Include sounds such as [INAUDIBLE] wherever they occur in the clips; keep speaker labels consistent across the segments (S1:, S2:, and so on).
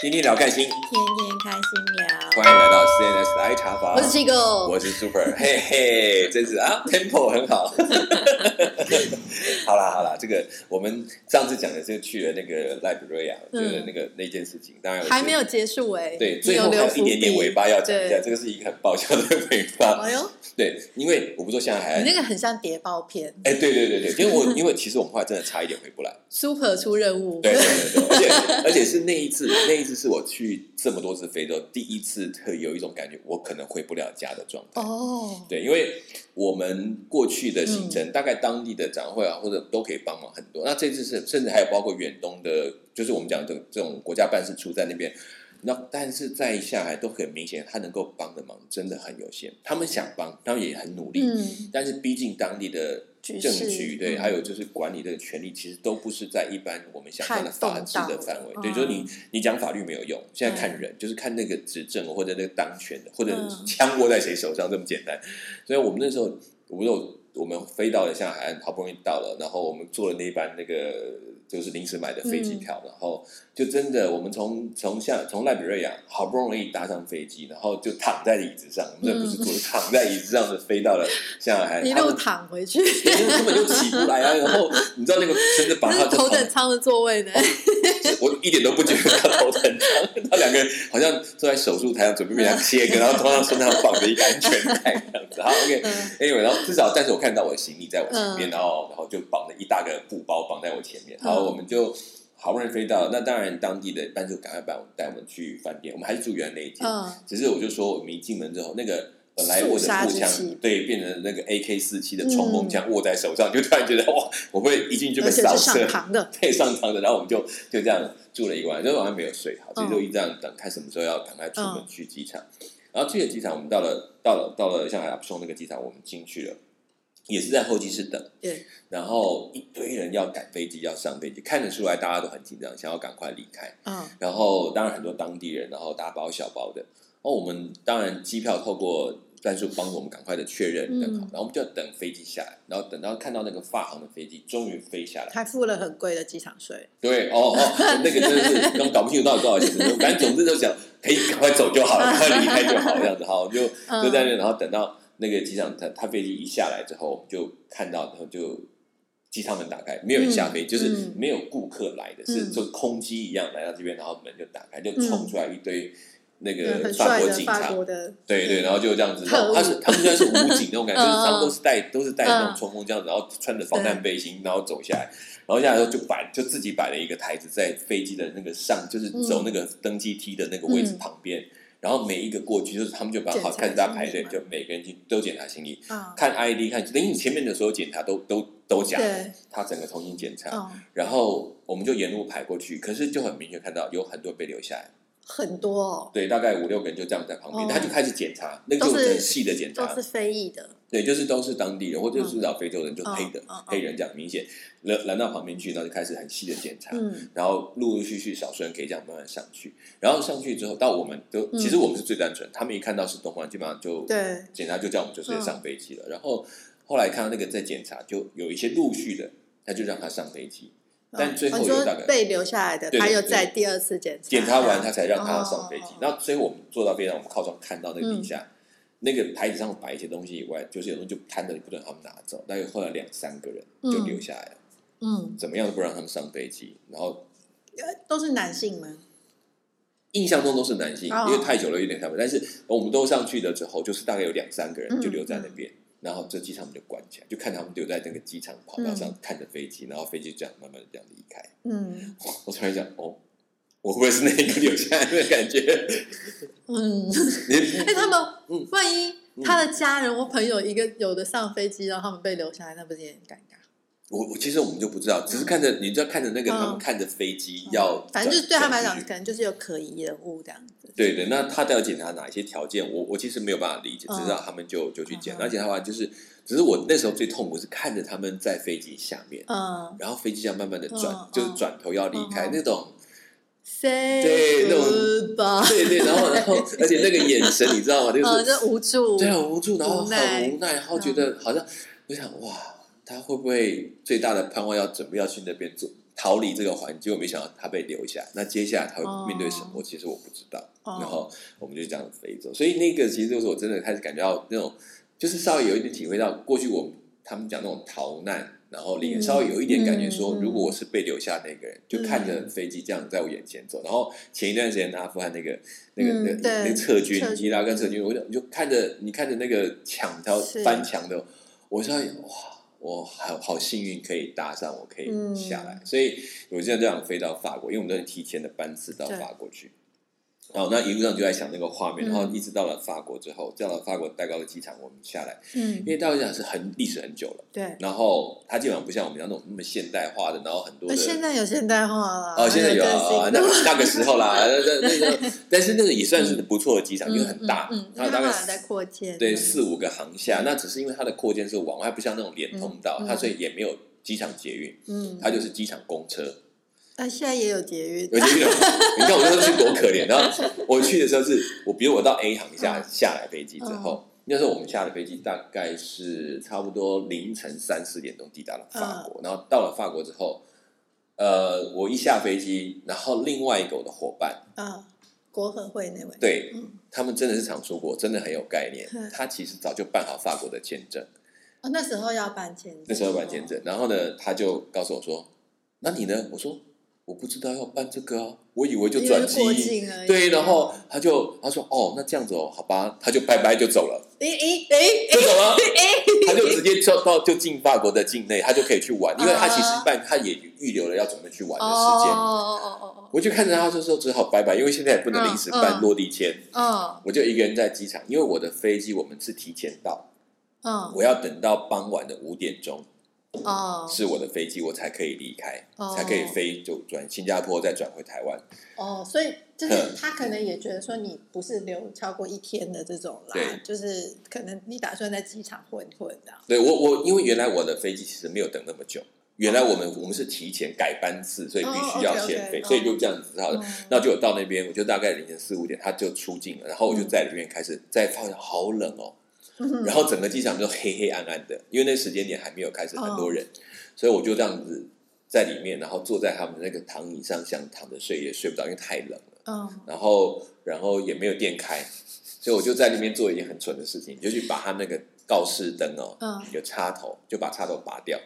S1: 天天聊开心，
S2: 天天开心聊。
S1: 欢迎来到 CNS 奶茶房。
S2: 我是 Chico，
S1: 我是 Super，嘿嘿，真是啊，Tempo 很好。 [LAUGHS] 好啦好啦，这个我们上次讲的是去了那个赖比瑞亚，
S2: 嗯
S1: 就是那个那件事情，当然我觉得
S2: 还没有结束哎、
S1: 对，
S2: 你
S1: 最
S2: 有
S1: 后还
S2: 留
S1: 有一
S2: 伏
S1: 点点
S2: 笔
S1: 尾巴要讲一下，
S2: 对
S1: 这个是一个很爆笑的尾巴。
S2: 哎呦，
S1: 对，因为我不做现在还
S2: 你那个很像谍报片
S1: 哎，对对
S2: [LAUGHS]
S1: 对对，因为我因为其实我们后来真的差一点回不来。
S2: ，Super 出任务，
S1: 对对对，对，而且而且是那一次，那一次是我去这么多次非洲第一次，特有一种感觉，我可能回不了家的状态。
S2: 哦，
S1: 对，因为我们过去的行程，大概当地的展会啊，或者都可以帮忙很多。那这次是，甚至还有包括远东的，就是我们讲的这种国家办事处在那边。那但是在下海都很明显，他能够帮的忙真的很有限。他们想帮，他们也很努力，
S2: 嗯，
S1: 但是逼近当地的
S2: 局
S1: 政
S2: 势
S1: 局，对，
S2: 嗯
S1: 还有就是管理的权利，其实都不是在一般我们想象的
S2: 看动
S1: 法治的
S2: 到
S1: 范围。
S2: 嗯
S1: 对，就是你你讲法律没有用，现在看人，就是看那个执政或者那个当权的，或者
S2: 嗯
S1: 枪握在谁手上这么简单。所以我们那时候，我有我们飞到了下海岸，好不容易到了，然后我们坐了那一班那个就是临时买的飞机
S2: 嗯
S1: 票，然后就真的我们从从下从赖比瑞亚好不容易搭上飞机，然后就躺在椅子上，我们这不是坐，躺在椅子上的飞到了下海岸，
S2: 嗯一
S1: 他
S2: 路
S1: 们
S2: 躺回去，
S1: 因为根本就起不来啊。然后你知道那个甚至把
S2: [LAUGHS]
S1: 他
S2: 那是
S1: 的
S2: 头
S1: 头，
S2: 等舱的座
S1: [LAUGHS]
S2: 位呢，
S1: 我一点都不觉得他头疼，他两个人好像坐在手术台上准备被他切割，然后头上身上绑着一个安全带这样子。好，OK。
S2: 嗯
S1: Anyway，然后至少，但是我看到我的行李在我前面，
S2: 嗯
S1: 然后然后就绑了一大个布包绑在我前面，
S2: 嗯
S1: 然后我们就好不容易飞到，那当然当地的办事处赶快把我们带我们去饭店，我们还是住原来那一间，
S2: 嗯，
S1: 只是我就说，我们一进门之后，那个本来握着
S2: 肃杀
S1: 步
S2: 之
S1: 枪
S2: 气，嗯
S1: 对，变成那个 AK 四七的冲锋枪握在手上，就突然觉得哇，我会不会一进去被
S2: 而且
S1: 扫
S2: 是
S1: 射
S2: 上，膛
S1: [LAUGHS]
S2: 的，
S1: 对，上膛的。然后我们就就这样住了一晚，就晚上没有睡好，所以
S2: 嗯
S1: 就一直这样等，看什么时候要赶快出门
S2: 嗯
S1: 去机场。然后去了机场，我们到了到了到了上海阿松那个机场，我们进去了，也是在候机室等。
S2: 对，
S1: 然后一堆人要赶飞机，要上飞机，看得出来大家都很紧张，想要赶快离开。
S2: 嗯，
S1: 然后当然很多当地人，然后大包小包的。哦，我们当然机票透过战术帮我们赶快的确认，
S2: 嗯
S1: 等好，然后我们就要等飞机下来，然后等到看到那个发航的飞机终于飞下来。
S2: 还付了很贵的机场税，
S1: 对，哦
S2: [LAUGHS]
S1: 哦，那个真的是刚搞不清楚到底多少钱，反正总之就想可以赶快走就好
S2: [LAUGHS]
S1: 了，赶快离开就好，这样子好，我们就
S2: 嗯
S1: 就在那，然后等到那个机场，他他飞机一下来之后，我们就看到，然后就机舱门打开，没有人下飞，就是
S2: 嗯
S1: 没有顾客来的，是
S2: 嗯
S1: 就空机一样来到这边，然后门就打开，就冲出来一堆那
S2: 对，
S1: 个
S2: 很
S1: 法
S2: 帅
S1: 国
S2: 的
S1: 警
S2: 法
S1: 察，
S2: 国的，嗯
S1: 对对，然后就这样子，
S2: 特
S1: 然后
S2: 务
S1: 他啊是他们虽然是武警那种感觉，
S2: 嗯
S1: 就是他们都是带都是带那种
S2: 嗯
S1: 冲锋枪，然后穿着防弹背心，然后走下来，然后下来之后就摆就自己摆了一个台子在飞机的那个上，就是走那个登机梯的那个位置
S2: 嗯
S1: 旁边，然后每一个过去就是他们就把好
S2: 检查
S1: 看大家排队，
S2: 行李
S1: 就每个人去都检查行李，
S2: 啊，
S1: 看 ID 看，等于你前面的所有检查都都都假的
S2: 对，
S1: 他整个重新检查，
S2: 嗯，
S1: 然后我们就沿路排过去，可是就很明显看到有很多被留下来。
S2: 很多哦，
S1: 对，大概五六个人就这样在旁边，
S2: 哦
S1: 他就开始检查，那个
S2: 都
S1: 就是很细的检
S2: 都
S1: 查
S2: 是，非裔的，
S1: 对，就是都是当地人，或者是至少非洲人，就
S2: 嗯
S1: 黑的
S2: 嗯嗯
S1: 黑人这样明显，拦拦到旁边去，然后就开始很细的检查，
S2: 嗯，
S1: 然后陆陆续续少数人可以这样慢慢上去，然后上去之后到我们都，
S2: 嗯
S1: 其实我们是最单纯，他们一看到是东莞，基本上就
S2: 对，嗯
S1: 检查就叫我们就直接上飞机了。然后后来看到那个在检查，就有一些陆续的，他就让他上飞机，但
S2: 嗯
S1: 最后
S2: 哦你
S1: 有
S2: 说
S1: 大概
S2: 被留下来的，
S1: 对
S2: 他
S1: 对
S2: 又
S1: 对
S2: 在第二次检查，
S1: 检查完他才让他上飞机
S2: 哦。嗯
S1: 然后最后我们坐到飞机上，我们靠窗看到那个底下，那个牌子上摆一些东西以外，就是有东西就摊着，你不能让他们拿走。大概后来两三个人就留下来了，
S2: 嗯，
S1: 怎么样都不让他们上飞机。然后
S2: 都是男性吗？
S1: 印象中都是男性，
S2: 哦
S1: 因为太久了有点太晚。但是我们都上去了之后，就是大概有两三个人
S2: 嗯
S1: 就留在那边。然后这机场我们就关起来，就看他们留在那个机场跑道上看着飞机，然后飞机这样慢慢的这样离开。
S2: 嗯
S1: 我突然想，哦，我会不会是那一个留下来的感觉？
S2: 嗯，
S1: 你
S2: [LAUGHS] 哎、他们
S1: 嗯
S2: 万一他的家人或朋友一个有的上飞机，然后他们被留下来，那不是也很尴尬？
S1: 我我其实我们就不知道，只是看着你知道看着那个
S2: 嗯
S1: 他们看着飞机要，
S2: 反正就是对他们来
S1: 转
S2: 讲，
S1: 出去
S2: 可能就是有可疑人物这样子。
S1: 对对，那他都要检查哪一些条件，我我其实没有办法理解，
S2: 嗯
S1: 只知道他们就就去检查，
S2: 嗯
S1: 而且他们就是，只是我那时候最痛苦是看着他们在飞机下面，
S2: 嗯，
S1: 然后飞机这样慢慢的转
S2: 嗯，
S1: 就是转头要离开
S2: 嗯嗯
S1: 那种，
S2: ，say
S1: 对那
S2: goodbye，
S1: 对对，然后然后而且那个眼神你知道吗？就是
S2: 嗯，就无助，
S1: 对，很无助，然后
S2: 无
S1: 很
S2: 奈嗯
S1: 无奈，然后觉得好像我想哇，他会不会最大的盼望要准备要去那边做逃离这个环境，结果没想到他被留下。那接下来他
S2: 哦
S1: 会面对什么？其实我不知道。
S2: 哦
S1: 然后我们就这样飞走。所以那个其实就是我真的开始感觉到那种，就是稍微有一点体会到过去我们他们讲那种逃难，然后里
S2: 嗯
S1: 面稍微有一点感觉说，
S2: 嗯嗯
S1: 如果我是被留下那个人，就看着飞机这样在我眼前走。然后前一段时间阿富汗那个那个
S2: 嗯
S1: 那
S2: 对
S1: 个那个撤军
S2: 撤，军
S1: 伊拉克撤军，我就你就看着你看着那个墙，它
S2: 是
S1: 翻墙的，我想哇。我好好幸运可以搭上，我可以
S2: 嗯
S1: 下来，所以我现在就想飞到法国，因为我们都是提前的班次到
S2: 对
S1: 法国去。然哦后那一路上就在想那个画面，
S2: 嗯
S1: 然后一直到了法国之后，到了法国戴高乐机场，我们下来，
S2: 嗯
S1: 因，为戴高乐机场是很历史很久了，
S2: 对。
S1: 然后它基本上不像我们那种那么现代化的，然后很多
S2: 那
S1: 的
S2: 呃现在有现代化了，
S1: 哦，现在有
S2: 有
S1: 啊，那
S2: 更新
S1: 那个时候
S2: [LAUGHS]
S1: 啦，那那那个，但是那个也算是不错的机场，因为很大
S2: 嗯嗯，嗯
S1: 它
S2: 他
S1: 大
S2: 们
S1: 概
S2: 还在扩建，
S1: 对
S2: 嗯
S1: 四五个航厦，那只是因为它的扩建是往外，它不像那种连通道
S2: 嗯，嗯
S1: 它所以也没有机场捷运，
S2: 嗯，
S1: 它就是机场公车，
S2: 那现在也有捷运，
S1: 有些运动，你看我那时候去多可怜。然后我去的时候是，我比如我到 A 航下下来飞机之后，
S2: 嗯
S1: 那时候我们下的飞机大概是差不多凌晨三四点钟抵达了法
S2: 嗯
S1: 国，然后到了法国之后，呃，我一下飞机，然后另外一个我的伙伴，
S2: 啊，国合会那位，
S1: 对
S2: 嗯，
S1: 他们真的是常出国，真的很有概念
S2: 嗯，
S1: 他其实早就办好法国的签证。
S2: 哦，那时候要办签证，
S1: 那时候办签，
S2: 哦
S1: 证，然后呢，他就告诉我说：“那你呢？”我说：“我不知道要办这个啊，我以为就转
S2: 因为是国
S1: 机
S2: 境而。已”
S1: 对，然后他就他说：“哦，那这样子哦，好吧。”他就拜拜就走了，
S2: 诶诶诶，
S1: 就走
S2: [LAUGHS]
S1: 了，
S2: 哎
S1: 他就直接就到就进法国的境内，他就可以去玩，因为他其实办他也预留了要准备去玩
S2: 啊哦
S1: 的时间。
S2: 哦哦哦
S1: 我就看着他就说只好拜拜，因为现在也不能临时
S2: 嗯
S1: 办
S2: 嗯
S1: 落地签，
S2: 哦，
S1: 我就一个人在机场，因为我的飞机我们是提前到，
S2: 嗯
S1: 我要等到傍晚的五点钟。
S2: 嗯哦，
S1: 是我的飞机，我才可以离开，
S2: 哦
S1: 才可以飞就转新加坡，再转回台湾。
S2: 哦，所以就是
S1: 嗯
S2: 他可能也觉得说你不是留超过一天的这种啦
S1: 对，
S2: 就是可能你打算在机场混一混这样，
S1: 对我我因为原来我的飞机其实没有等那么久，原来我们我们是提前改班次，所以必须要先飞，
S2: 哦，OK，OK，
S1: 所以就这样子好了。
S2: 嗯
S1: 那就有到那边，我就大概凌晨四五点，他就出境了，然后我就在里面开始在发现好冷哦，
S2: 嗯
S1: 然后整个机场就黑黑暗暗的，因为那时间点还没有开始很
S2: 哦
S1: 多人，所以我就这样子在里面，然后坐在他们那个躺椅上，想躺着睡也睡不着，因为太冷了。
S2: 嗯
S1: 然后然后也没有电开，所以我就在那边做一件很蠢的事情，就去把它那个告示灯哦，
S2: 嗯
S1: 有插头，就把插头拔掉，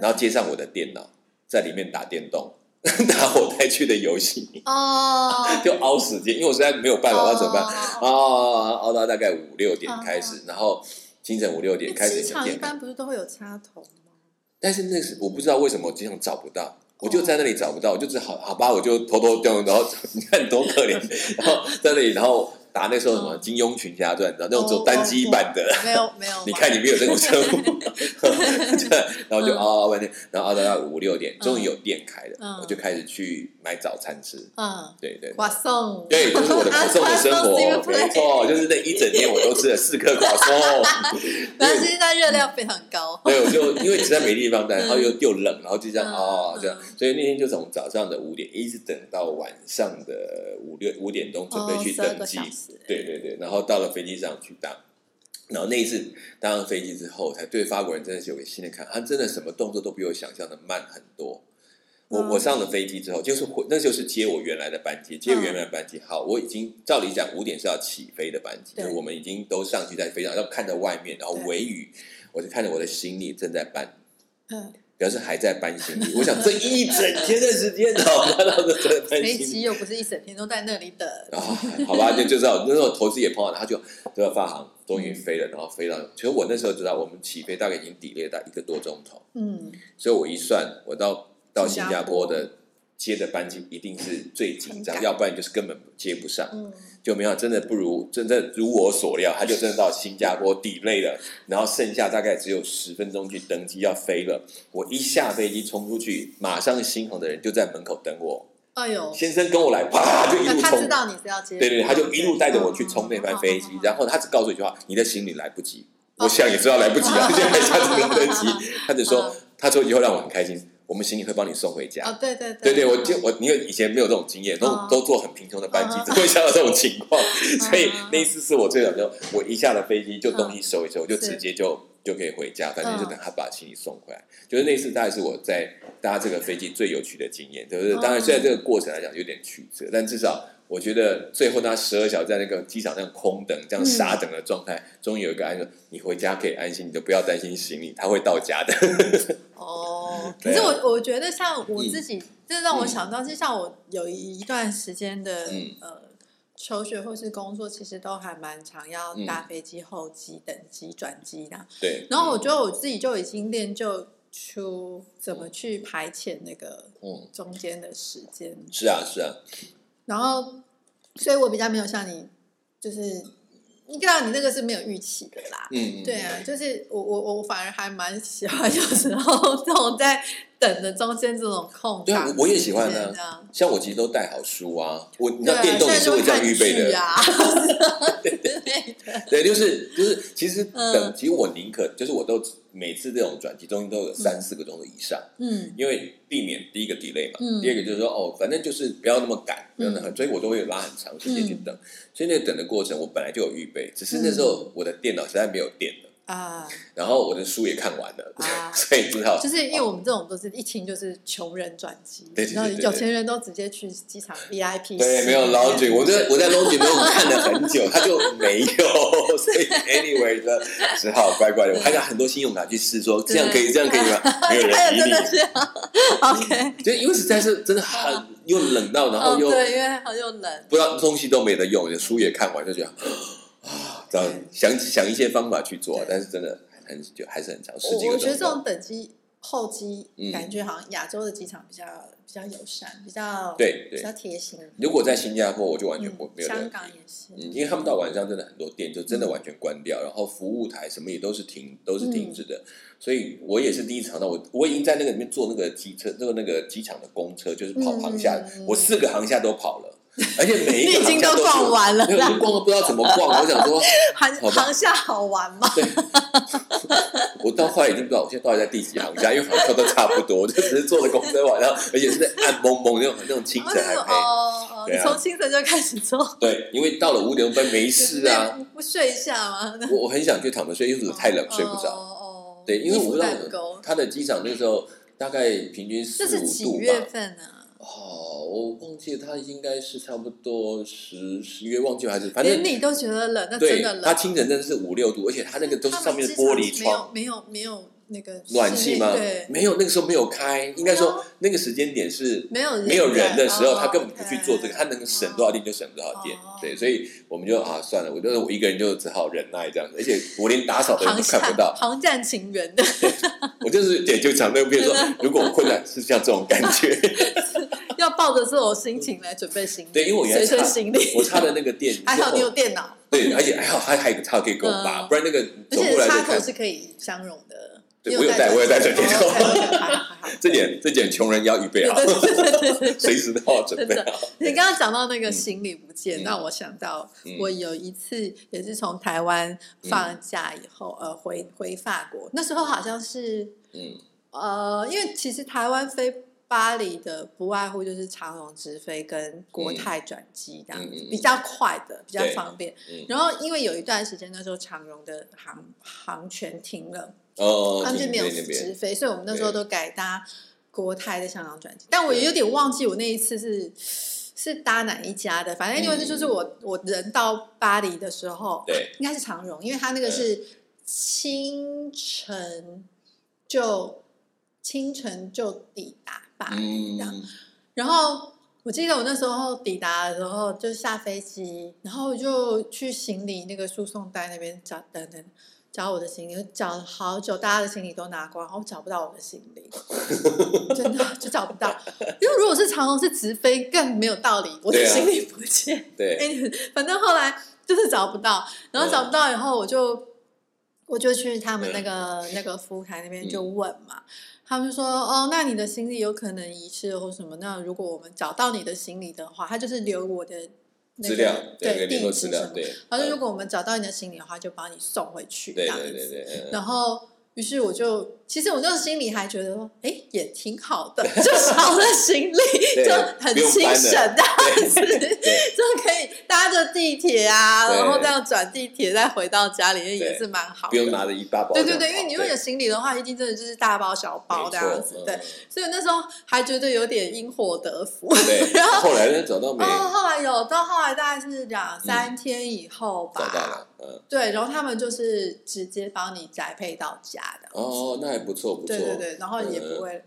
S1: 然后接上我的电脑，在里面打电动， [LAUGHS] 打我带去的游戏， [LAUGHS]
S2: 哦，
S1: 就熬时间，因为我实在没有办法，那怎么办？哦
S2: 办？
S1: 熬熬
S2: 哦
S1: 熬熬到大概五六
S2: 嗯
S1: 点开始，然后清晨五六点开始
S2: 机
S1: 有
S2: 场一
S1: 电开，
S2: 般不是都会有插头吗？
S1: 但是那时我不知道为什么经常找不到，我就在那里找不到，我就只好好吧，我就偷偷用，然后你看多可怜，然后在那里，然后打那时候什么《金庸群侠传》，你知道那种走单机版的，
S2: 哦没有没有，
S1: [LAUGHS] 你看你没有这种称呼，对然后就
S2: 嗯
S1: 熬熬半天，然后熬到大概五六点，
S2: 嗯
S1: 终于有店开了
S2: 嗯，
S1: 我就开始去买早餐吃， [LAUGHS]
S2: 嗯，
S1: 对对。对
S2: 哇送，
S1: 对，就是我的
S2: 啊
S1: 烤送的生
S2: croissant
S1: 活，
S2: 是
S1: 没错，就是那一整天我都吃了四颗烤送。
S2: 但是现在热量非常高，
S1: 对，我就因为实在没地方待，然后又又冷，然后就这样
S2: 嗯
S1: 哦
S2: 嗯
S1: 这样，所以那天就从早上的五点一直等到晚上的五六五点钟，准备去
S2: 12
S1: 登
S2: 哦个
S1: 机
S2: 小。时，
S1: 对对对，然后到了飞机上去搭，然后那一次搭上飞机之后，才对法国人真的是有个新的看法，他真的什么动作都比我想象的慢很多。我
S2: 嗯
S1: 我上了飞机之后，就是回，那就是接我原来的班机，接
S2: 嗯
S1: 原来的班机。好，我已经照理讲五点是要起飞的班机，
S2: 对
S1: 就是我们已经都上去在飞上，要看着外面，然后
S2: 对
S1: 微雨，我就看着我的行李正在搬，
S2: 嗯，
S1: 表示还在搬行李。我 [LAUGHS] 想这一整天的时间哦， [LAUGHS] 他到正在搬
S2: 飞
S1: 行李
S2: 机。又不是一整天都在那里等，
S1: 啊，好吧，就就知道那时候投资也碰到他，他就就要发行，终于飞了，然后飞到，其实我那时候知道，我们起飞大概已经抵了大概一个多钟头，
S2: 嗯，
S1: 所以我一算，我到到
S2: 新
S1: 新
S2: 加
S1: 加坡
S2: 坡
S1: 的接的班机一定是最紧
S2: 很赶
S1: 张，要不然就是根本接不上，
S2: 嗯，
S1: 就没想到真的不如真的如我所料，他就真的到新加坡抵累了，然后剩下大概只有十分钟去登机要飞了，我一下飞机冲出去，马上新航的人就在门口等我，
S2: 哎呦，
S1: 先生跟我来，啪就一
S2: 那
S1: 路
S2: 他
S1: 冲
S2: 知。道你是要接，
S1: 对对，对他就一路带着我去冲那班飞机，然
S2: 后
S1: 后他只告诉我一句话：“你的行李来不及。”
S2: 哦。
S1: 我想也知道来不及了，现在下次能登机他只说，他说以后让我很开心，我们行李会帮你送回
S2: 哦，
S1: 家。
S2: 对对
S1: 对对，
S2: 对
S1: 我就我因为以前没有这种经验，都
S2: 嗯
S1: 都坐很贫穷的班机
S2: 嗯，
S1: 怎么会想到这种情况？
S2: 嗯
S1: [LAUGHS]
S2: 嗯
S1: 所以那一次是我最早就我一下了飞机就东西收一收，就直接就就可以回家，反正就等他把行李送回来。就是那次大概是我在搭这个飞机最有趣的经验，就是
S2: 哦
S1: 当然虽然这个过程来讲有点曲折，但至少我觉得最后那十二小时在那个机场那样空等、这样
S2: 嗯
S1: 傻等的状态，终于有一个安说你回家可以安心，你就不要担心行李，他会到家的。 [LAUGHS]
S2: 哦，可
S1: 对
S2: 是
S1: 啊
S2: 我我觉得像我自己，这让我
S1: 嗯
S2: 想到，就像我有一段时间的、
S1: 嗯
S2: 呃求学或是工作，其实都还蛮常要搭飞机候机、等机、转机的。
S1: 对，
S2: 然后我觉得我自己就已经练就出怎么去排遣那个
S1: 嗯，
S2: 中间的时间，
S1: 是啊是啊，
S2: 然后所以我比较没有像你，就是你知道你那个是没有预期的啦。
S1: 嗯，嗯
S2: 对，啊，就是我我我反而还蛮喜欢，有时候这种在等的中间这种空
S1: 对
S2: 档
S1: 啊
S2: 时间这样，
S1: 我也喜欢啊像我其实都带好书啊，我你知
S2: 对
S1: 道
S2: 啊，
S1: 电动也
S2: 现
S1: 是
S2: 在
S1: 会
S2: 就
S1: 这样预备的，
S2: 看剧啊之类的。
S1: 对，就是就是，其实
S2: 嗯
S1: 等，其实我宁可就是我都每次这种转机中间都有三四个钟头以上，
S2: 嗯
S1: 因为避免第一个 delay 嘛，
S2: 嗯
S1: 第二个就是说哦，反正就是不要那么赶，不要那么，所以我都会拉很长时间去等。
S2: 嗯
S1: 所以那个等的过程，我本来就有预备，只是那时候我的电脑实在没有电了，
S2: 啊
S1: 然后我的书也看完了，[LAUGHS]
S2: 啊
S1: 所以知道
S2: 就是因为我们这种都是一听就是穷人转机，
S1: 对对对
S2: 然后
S1: 对对
S2: 有钱人都直接去机场 VIP
S1: 对，
S2: 室
S1: 没有 laundry，我在我在 laundry 没有看了很久，他就没有，所以 anyway 呢，只好乖乖的。我还拿很多信用卡去试，说这样可以，这样可以吗？没有人
S2: 哎呀，
S1: 理
S2: 真
S1: 你
S2: 的，是 [LAUGHS] OK，
S1: 就因为实在是真的很又冷到，然
S2: 哦
S1: 后又
S2: 对，因为很有冷，
S1: 不知道东西都没得用，你的书也看完，就觉得啊，这样想想一些方法去做
S2: 对，
S1: 但是真的很就还是很长，十几个
S2: 我我觉得
S1: 钟
S2: 这
S1: 头。
S2: 种等机候机
S1: 嗯，
S2: 感觉好像亚洲的机场比较比较友善，比较
S1: 对
S2: 比
S1: 对
S2: 较贴心。
S1: 如果在新加坡，我就完全不
S2: 嗯，
S1: 没有得
S2: 香港也是，
S1: 嗯，因为他们到晚上真的很多店就
S2: 嗯
S1: 真的完全关掉，然后服务台什么也都是停，都是停止的。所以我也是第一次尝到，我我已经在那个里面坐那个机车，那个那个机场的公车，就是跑
S2: 嗯
S1: 航厦，
S2: 嗯
S1: 我四个航厦都跑
S2: [LAUGHS]
S1: 了，而且每一
S2: 你
S1: 个
S2: 已
S1: 航
S2: 经
S1: 厦
S2: 都
S1: 是
S2: 逛
S1: 我。
S2: 完了
S1: 没有，我
S2: 啦
S1: 就，逛都不知道怎么
S2: [LAUGHS]
S1: 逛。我想说，
S2: 航
S1: 好吧
S2: 航厦好玩吗？
S1: 我到后来已经不知道我现在到底在第几航厦，因为航校都差不多，我就只是坐着公车晚上，而且是在暗蒙蒙那种那种清
S2: 哦
S1: 晨还黑。
S2: 哦哦，
S1: 对
S2: 你
S1: 啊
S2: 从清晨就开始做，
S1: 对，因为到了五点半没事啊，
S2: 不，不睡一下吗？哦
S1: 我我很想去躺着睡，因为我太冷睡不着。
S2: 着
S1: 对，因为我不知道
S2: 够，
S1: 他的机场那时候大概平均四
S2: 这是
S1: 五
S2: 几
S1: 度
S2: 月
S1: 吧。
S2: 份啊？
S1: 哦，我忘记了，他应该是差不多十十月，忘记了还是反
S2: 连
S1: 正
S2: 你都觉得冷，那真
S1: 对
S2: 的，冷。
S1: 他清晨真的是五六度，而且他那个都是
S2: 他们
S1: 上面
S2: 机
S1: 是
S2: 场
S1: 玻璃
S2: 没有
S1: 窗，
S2: 没有没有那个
S1: 暖气吗
S2: 室内对，
S1: 没有，那个时候没有开，应该
S2: 对啊
S1: 说那个时间点是
S2: 没有
S1: 没有人的时候，
S2: 哦
S1: 他根本不去做这个，
S2: ，OK
S1: 他能省多少电就省多少电
S2: 哦，
S1: 对，所以我们就啊算了，我就是我一个人就只好忍耐这样子，而且我连打扫的人
S2: 航
S1: 都
S2: 厦
S1: 看不到，
S2: 航站情缘 [LAUGHS] 的，
S1: 我就是也就常在变说，如果我困难是像这种感觉。
S2: [LAUGHS] 要抱着这种心情来准备行李，
S1: 对因为我原来
S2: 随身
S1: 差
S2: 行李，
S1: 我插的那个电，
S2: 还好你有电脑，
S1: 对，而且还好还还有个插可以给我拔，
S2: 嗯
S1: 不然那个
S2: 而
S1: 走
S2: 且
S1: 过来
S2: 插
S1: 再
S2: 口
S1: 看，
S2: 是可以相容的。
S1: 对
S2: 你
S1: 我有带我有带手电筒
S2: 哦，OK，OK，还好
S1: [LAUGHS]
S2: 还好
S1: 这点这点穷人要预
S2: [LAUGHS]
S1: 备好，
S2: 对对对对对对。
S1: 随时都要准备好。
S2: 你刚刚讲到那个行李不见，
S1: 嗯
S2: 让我想到
S1: 嗯
S2: 我有一次也是从台湾放假以后，呃，回回法国，那时候好像是
S1: 嗯
S2: 呃，因为其实台湾飞巴黎的不外乎就是长荣直飞跟国泰转机这样子，
S1: 嗯嗯嗯
S2: 比较快的，比较
S1: 对
S2: 方便。
S1: 嗯，
S2: 然后因为有一段时间那时候长荣的航航权停了，
S1: 哦，
S2: 他们就
S1: 停
S2: 没
S1: 在
S2: 有
S1: 那
S2: 直
S1: 边，
S2: 飞，所以我们那时候都改搭国泰的香港转机。但我也有点忘记我那一次是是搭哪一家的，反正因为这就是我、我人到巴黎的时候，
S1: 嗯对，嗯
S2: 应该是长荣，因为它那个是清晨就清晨就抵达巴黎，这样。
S1: 嗯，
S2: 然后我记得我那时候抵达的时候，就下飞机，然后我就去行李那个输送带那边找，等等找我的行李，找了好久，大家的行李都拿光，然后我找不到我的行
S1: [LAUGHS]
S2: 李，真的就找不到。因为如果是长虹是直飞，更没有道理，我的
S1: 对啊
S2: 行李不见。
S1: 对，
S2: 哎， [LAUGHS] 反正后来就是找不到，然后找
S1: 嗯
S2: 不到以后，我就我就去他们那个、那个服务台那边就
S1: 嗯
S2: 问嘛，他们就说哦，那你的行李有可能遗失或什么，那如果我们找到你的行李的话，他就是留我的、那个、
S1: 资料
S2: 对
S1: 联
S2: 地
S1: 络
S2: 址
S1: 资
S2: 什
S1: 料
S2: 么，
S1: 对，
S2: 然后
S1: 嗯
S2: 如果我们找到你的行李的话，就把你送回去这
S1: 对
S2: 样
S1: 对对
S2: 子。
S1: 对，嗯
S2: 然后，于是我就，其实我就心里还觉得说，哎，也挺好的，就少了行李，
S1: 对
S2: 就很
S1: 不用
S2: 轻
S1: 搬了
S2: 省这样子，
S1: 对
S2: 就可以大家就着地铁啊，
S1: 对
S2: 然后这样转地铁再回到家里面也
S1: 对
S2: 是蛮好的，
S1: 不用拿着一大包这
S2: 对
S1: 样跑。
S2: 对对，因为你如果有行李的话，一定真的就是大包小包这样子。啊对，
S1: 对
S2: 所以那时候还觉得有点因祸得福。
S1: 没错嗯对。后来呢，找到没？
S2: 哦，后来有到后来大概是两三天以后
S1: 嗯找到
S2: 吧，
S1: 了，嗯，
S2: 对，然后他们就是直接帮你宅配到家的。
S1: 哦，那还不错，不错，
S2: 对对对，然后也
S1: 嗯
S2: 不会，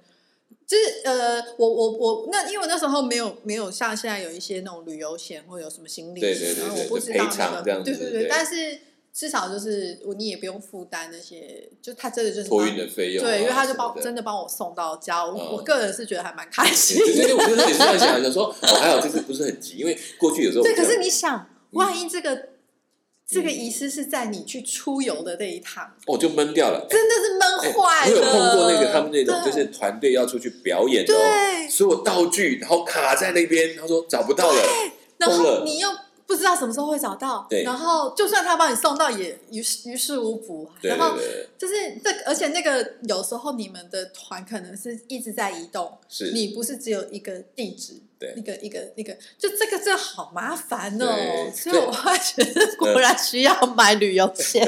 S2: 就是呃，我我我那因为那时候没有没有像现在有一些那种旅游险或有什么行李
S1: 对对
S2: 险，
S1: 对
S2: 然后
S1: 对
S2: 我不
S1: 就
S2: 知道
S1: 赔偿
S2: 那
S1: 这样
S2: 个，对
S1: 子
S2: 对
S1: 对
S2: 但是至少就是我你也不用负担那些，就他真的就是
S1: 托
S2: 帮
S1: 运的费用啊，
S2: 对，因为他就
S1: 什
S2: 帮
S1: 么
S2: 我
S1: 的
S2: 真的帮我送到家，我、
S1: 嗯
S2: 我个人是觉得还蛮开心
S1: 对对对，
S2: 的。
S1: 我就说也是这样想，想说哦，还好这次不是很急，因为过去有时候
S2: 对，可
S1: 我们哦
S2: 是你想，万
S1: 嗯
S2: 一这个、这个仪式是在你去出游的那一趟，
S1: 哦就闷掉了。
S2: 真的是闷坏
S1: 哎我
S2: 了。
S1: 有碰过那个他们那种
S2: 对
S1: 就是团队要出去表演的哦，
S2: 对，
S1: 所有道具然后卡在那边，他说找不到了，
S2: 然
S1: 疯了
S2: 后你又不知道什么时候会找到，
S1: 对
S2: 然后就算他帮你送到也于事于事无补，啊
S1: 对
S2: 然后
S1: 对对，
S2: 就是这，而且那个有时候你们的团可能是一直在移动，
S1: 是
S2: 你不是只有一个地址，
S1: 对
S2: 一个一个一个，就这个这好麻烦哦
S1: 对，
S2: 所以我会觉得果然需要买旅游险，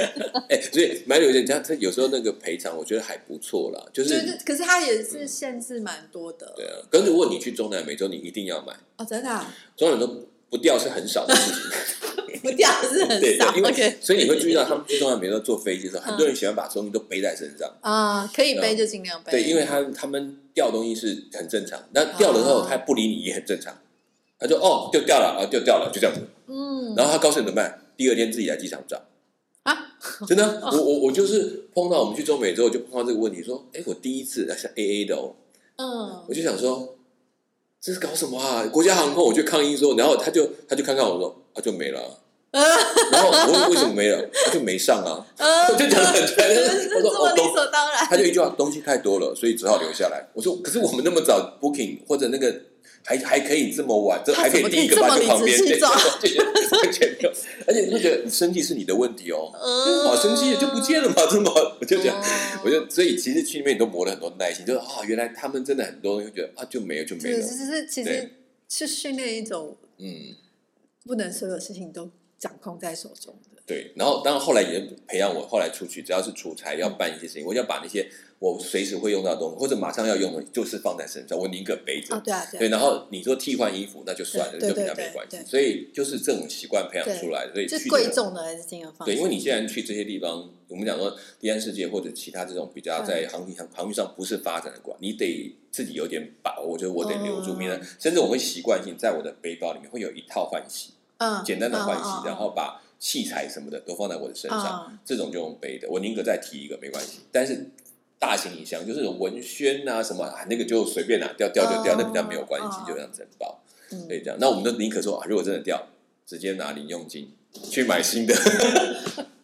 S1: 哎，所以买有点这样，他有时候那个赔偿我觉得还不错啦，就
S2: 就是是可是它也是限制蛮多的，
S1: 对啊。跟如果你去中南美洲，你一定要买，
S2: 哦，真的啊
S1: 中南美洲不掉是很少的事情。
S2: 不掉是
S1: 对
S2: [LAUGHS] 很少
S1: 对，因为
S2: ，OK
S1: 所以你会注意到他们去中南美洲坐飞机的时候，
S2: 嗯
S1: 很多人喜欢把东西都背在身上。
S2: 啊，可以背就尽量背，
S1: 对，因为他他们掉东西是很正常，那掉了之后
S2: 哦
S1: 他不理你也很正常。他说哦就掉了啊就掉了就这样子，
S2: 嗯
S1: 然后他告诉你怎么办，第二天自己来机场找。
S2: 啊，
S1: 真的啊，我我我就是碰到我们去中美洲，我就碰到这个问题，说哎我第一次啊像 A A 的哦，
S2: 嗯
S1: 我。就想说这是搞什么啊？国家航空我去抗议说，然后他就他就看看我说啊就没了啊。
S2: [LAUGHS]
S1: 然后我问为什么没了，他就没上啊。 [LAUGHS]
S2: 呃，
S1: 我就讲得
S2: [LAUGHS]
S1: 很快
S2: 你们是
S1: 我
S2: 这
S1: 说
S2: 么
S1: 哦
S2: 理
S1: 懂
S2: 所当然。
S1: 他就一句话：东西太多了，所以只好留下来。我说，可是我们那么早 booking 或者那个还还可以这么晚，这
S2: 他
S1: 还可
S2: 怎么
S1: 以
S2: 可
S1: 第
S2: 以
S1: 一个
S2: 这么
S1: 搬去旁边，
S2: 理直
S1: 对
S2: 气壮
S1: 对对对对，而且那个生气是你的问题哦，[LAUGHS]
S2: 嗯
S1: 好生气就不见了嘛，这么我就讲。
S2: 哦
S1: [LAUGHS] 我就所以其实去那边你都磨了很多耐心，就是啊，原来他们真的很多人会觉得啊，就没有就没
S2: 对，
S1: 有
S2: 就，是其实
S1: 对
S2: 是训练一种
S1: 嗯，
S2: 不能所有事情都掌控在手中的。
S1: 对。然后当然后来也培养我，后来出去只要是出差要办一些事情，我就要把那些我随时会用到的东西或者马上要用的，就是放在身上，我宁可背着
S2: 哦，。对啊，
S1: 对，
S2: 对啊，
S1: 然后你说替换衣服，那就算了，
S2: 对
S1: 就跟
S2: 对
S1: 他
S2: 对
S1: 没关系
S2: 对。
S1: 所以就是这种习惯培养
S2: 对
S1: 出来的，所以
S2: 就
S1: 去
S2: 贵
S1: 这个
S2: 重啊的还是尽量放。
S1: 对，因为你既然去这些地方，我们讲说第三世界或者其他这种比较在航运上航运上不是发展的国家，你得自己有点把握，就是我得留住，
S2: 哦
S1: 免得甚至我会习惯性在我的背包里面会有一套换洗，
S2: 嗯，
S1: 简单的换洗，
S2: 嗯
S1: 然后把器材什么的都放在我的身上，
S2: 嗯
S1: 这种就用背的，我宁可再提一个没关系，但是。大型影像就是文宣啊什么啊，那个就随便拿、掉掉就掉，那比较没有关系
S2: 哦，
S1: 就这样整包。
S2: 嗯
S1: 可以这样。那我们都宁可说啊，如果真的掉，直接拿零用金去买新的。 [LAUGHS]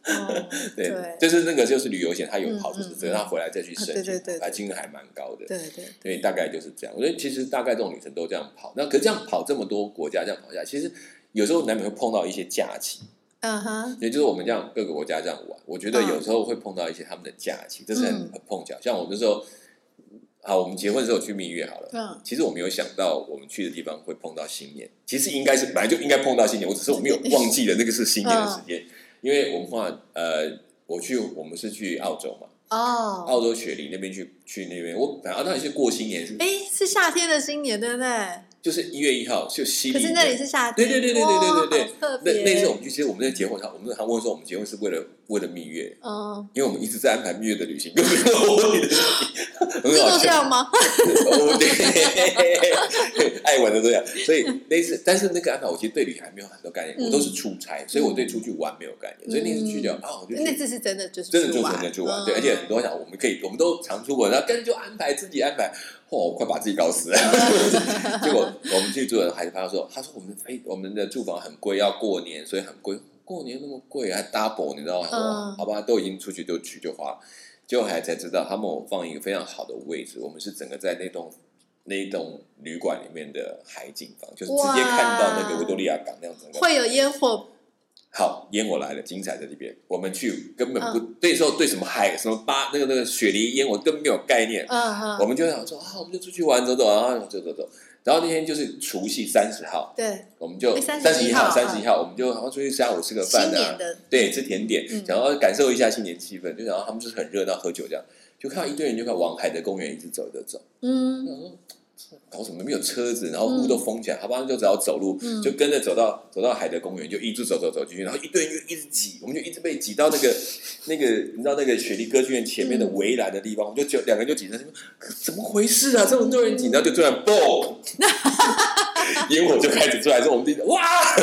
S2: 哦
S1: 对，
S2: 对
S1: 就是那个就是旅游险，它有好处
S2: 嗯
S1: 是
S2: 嗯
S1: 这样，它回来再去申请，
S2: 啊对对对对
S1: 啊，金额还蛮高的。
S2: 对
S1: [LAUGHS]
S2: 对
S1: 所以大概就是这样。我觉得其实大概这种旅程都这样跑。那可是这样跑这么多国家，这样跑下来，其实有时候难免会碰到一些假期，
S2: 嗯哼，
S1: 也就是我们这样各个国家这样玩。我觉得
S2: 嗯
S1: 有时候会碰到一些他们的假期，这是很
S2: 嗯
S1: 很碰巧。像我那时候，好，我们结婚的时候去蜜月好了，
S2: 嗯，
S1: 其实我没有想到我们去的地方会碰到新年，其实应该是本来就应该碰到新年，我只是我
S2: [LAUGHS]
S1: 没有忘记了那个是新年的
S2: 嗯
S1: 时间，因为我们话呃，我去我们是去澳洲嘛，
S2: 哦，
S1: 澳洲雪梨那边去去那边，我本来那里是过新年，是
S2: 哎，是夏天的新年，对不对？
S1: 就是一月一号就西历
S2: 可
S1: 年，
S2: 是那里是夏
S1: 对
S2: 天，
S1: 对对对对对对
S2: 哇好特
S1: 对，
S2: 别。
S1: 那那次我们去，其实我们在结婚上，我们还问说我们结婚是为了为了蜜月。
S2: 嗯，
S1: 因为我们一直在安排蜜月的旅行， [LAUGHS] 根本没有问你的事情，很
S2: 这
S1: 好笑
S2: 就这。样吗？
S1: 哦，对， [LAUGHS] 爱玩的这样，所以那次，但是那个安排，我其实对旅还没有很多概念，
S2: 嗯
S1: 我都是出差，所以我对出去玩没有概念，所以那次去就啊，我就
S2: [LAUGHS] 那
S1: 去。
S2: 次是真的就是
S1: 真的就
S2: 去
S1: 是
S2: 玩
S1: 真的去玩，
S2: 嗯
S1: 对，而且很多想我们可以，我们都常出国，然后跟着就安排自己安排，哦，快把自己搞死
S2: [LAUGHS]
S1: 了。结果我们去住的还是他说，他说我们哎，我们的住房很贵，要过年，所以很贵，过年那么贵还 double，你知道吗？
S2: 嗯
S1: 哇好吧，都已经出去就去就花了，结果还才知道他们有放一个非常好的位置，我们是整个在那栋那一栋旅馆里面的海景房，就是直接看到那个维多利亚港那样整个
S2: 嗯会有烟火，
S1: 好，烟火来了，精彩在这边。我们去根本
S2: 嗯
S1: 不、那时候对什么海什么巴那个那个雪梨烟火都没有概念，
S2: 嗯嗯
S1: 我，们就想说啊，我们就出去玩走走啊，走走走。然后那天就是除夕三十号，
S2: 对，
S1: 我们就
S2: 哎
S1: 三十
S2: 31
S1: 一号、
S2: 号
S1: 三十一号，我们就好像出去下午吃个饭
S2: 新
S1: 啊
S2: 年，的
S1: 对，吃甜点，
S2: 嗯
S1: 想要感受一下新年气氛，就想要他们就是很热闹喝酒这样，就看到一堆人就开始往海德公园一直走着走，
S2: 嗯
S1: 我想说搞什么没有车子，然后路都封起来，好吧，就只好走路，
S2: 嗯
S1: 就跟着走到走到海德公园，就一直走走走进去，然后一堆人就一直挤，我们就一直被挤到那个那个你知道那个雪梨歌剧院前面的
S2: 嗯
S1: 围栏的地方，我们就就两个人就挤在那边，可怎么回事啊？这么多人挤，然后就突然嘣，
S2: [LAUGHS]
S1: 烟火就开始出来，之后我们就哇，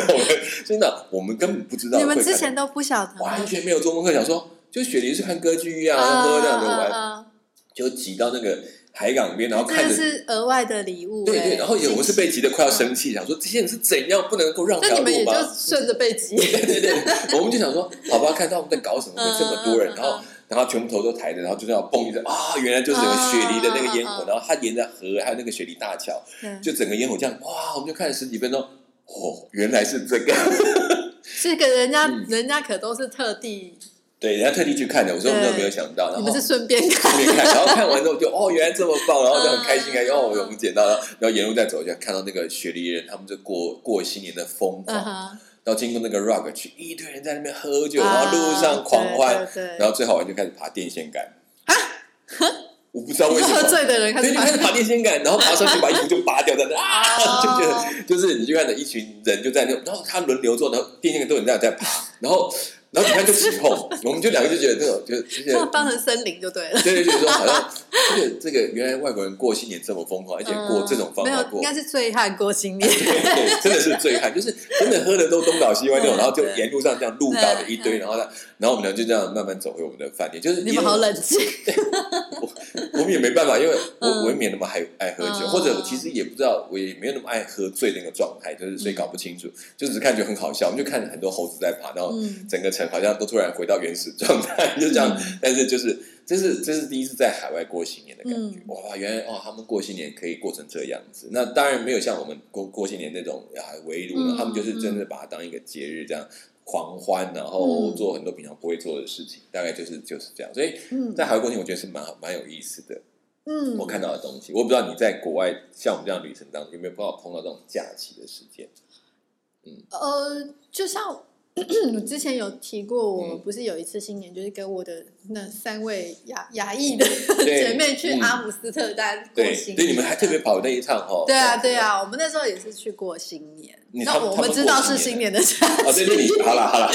S1: 我们真的我们根本不知道
S2: 你
S1: 会看到，
S2: 们之前都不晓得吗
S1: 完全没有做功课，想说就雪梨是看歌剧院啊，
S2: 嗯
S1: 喝那样的玩，就挤到那个海港边，然后
S2: 啊这
S1: 看
S2: 个
S1: 着
S2: 是额外的礼物、
S1: 对
S2: 哎
S1: 对，然后也我是被急得快要生气，想说这些人是怎样不能够让
S2: 那
S1: 条
S2: 你们
S1: 路
S2: 也就
S1: 吗？
S2: [LAUGHS] 顺着被挤，
S1: [LAUGHS] 对对对，我们就想说，好吧，看他们在搞什么，
S2: 嗯
S1: 这么多人，
S2: 嗯嗯
S1: 然后然后全部头都抬着，然后就这样蹦一下，啊，原来就是整个雪梨的那个烟火，
S2: 嗯嗯嗯嗯
S1: 然后它沿着河还有那个雪梨大桥，
S2: [LAUGHS] 对
S1: 就整个烟火这样，哇，我们就看了十几分钟，哦，原来是这个， [LAUGHS]
S2: 是个人家、
S1: 嗯
S2: 人家可都是特地，
S1: 对，人家特地去看的，我说我们都没有想到，然
S2: 你
S1: 后
S2: 们是顺便看，
S1: 顺便看，然后看完之后就哦，原来这么棒，然后就很开心 [LAUGHS] 啊，
S2: 嗯
S1: 然后我们捡到了，然后沿路再走一下，看到那个雪梨人他们就过过新年的疯狂
S2: 嗯，哼，
S1: 然后经过那个 rug 区，一堆人在那边喝酒，然后路上狂欢，
S2: 啊对啊对对
S1: 然后最好玩就开始爬电线杆啊！ [LAUGHS] 我不知道为
S2: 你
S1: 什
S2: 说
S1: 么，
S2: 喝醉的人开
S1: 对，
S2: 始
S1: 就开始爬电线杆，然后爬上去把衣
S2: [LAUGHS]
S1: 服就扒掉，在那啊，就觉
S2: 哦
S1: 得就是你就看着一群人就在那，然后他轮流坐，然后电线杆都有人在在爬，然后然后你看就起
S2: [LAUGHS]
S1: 哄，我们就两个就觉得这种就这些
S2: 就当成森林就对了。
S1: 对对，就是说好像这个这个原来外国人过新年这么疯狂，而且过这种方
S2: 嗯没
S1: 法
S2: 有，应
S1: 过，
S2: 该是醉汉过新
S1: [LAUGHS]
S2: 年，
S1: 对，真的是醉汉，就是真的喝的都东倒西歪那种，
S2: 嗯
S1: 然后就
S2: 对
S1: 沿路上这样路到的一堆，
S2: 嗯嗯
S1: 然后呢，然后我们俩就这样慢慢走回我们的饭店，就是
S2: 你
S1: 也
S2: 们好冷
S1: [LAUGHS]
S2: 静。
S1: 我们也没办法，因为我、
S2: 嗯
S1: 我也没那么爱爱喝酒，
S2: 嗯
S1: 或者我其实也不知道，我也没有那么爱喝醉那个状态，就是所以搞不清楚，就只是看觉得很好笑，我们就看着很多猴子在爬，然后
S2: 嗯
S1: 整个城好像都突然回到原始状态，就这样。但是就是这是这是第一次在海外过新年的感觉，
S2: 嗯
S1: 哇，原来哦，他们过新年可以过成这样子。那当然没有像我们过过新年那种啊围炉了，
S2: 嗯
S1: 他们就是真的把它当一个节日这样。狂欢，然后
S2: 嗯
S1: 做很多平常不会做的事情，大概就是就是这样。所以
S2: 嗯
S1: 在海外过年，我觉得是蛮蛮有意思的。
S2: 嗯，
S1: 我看到的东西，我不知道你在国外像我们这样的旅程当中有没有碰到碰到这种假期的时间？
S2: 呃，就像我 [CLEARS THROAT] 之前有提过，我
S1: 嗯
S2: 不是有一次新年就是跟我的那三位亚亚裔的
S1: 对
S2: [LAUGHS] 姐妹去
S1: 嗯
S2: 阿姆斯特丹过
S1: 对，
S2: 新年，
S1: 对，你们还特别跑那一趟哦。
S2: 对啊，对啊，我们那时候也是去过新年。
S1: 你
S2: 那
S1: 他们
S2: 我
S1: 他们
S2: 们知道
S1: 过
S2: 是
S1: 新
S2: 新
S1: 年
S2: 年的 [LAUGHS] 假
S1: 哦，对对，你好了好了，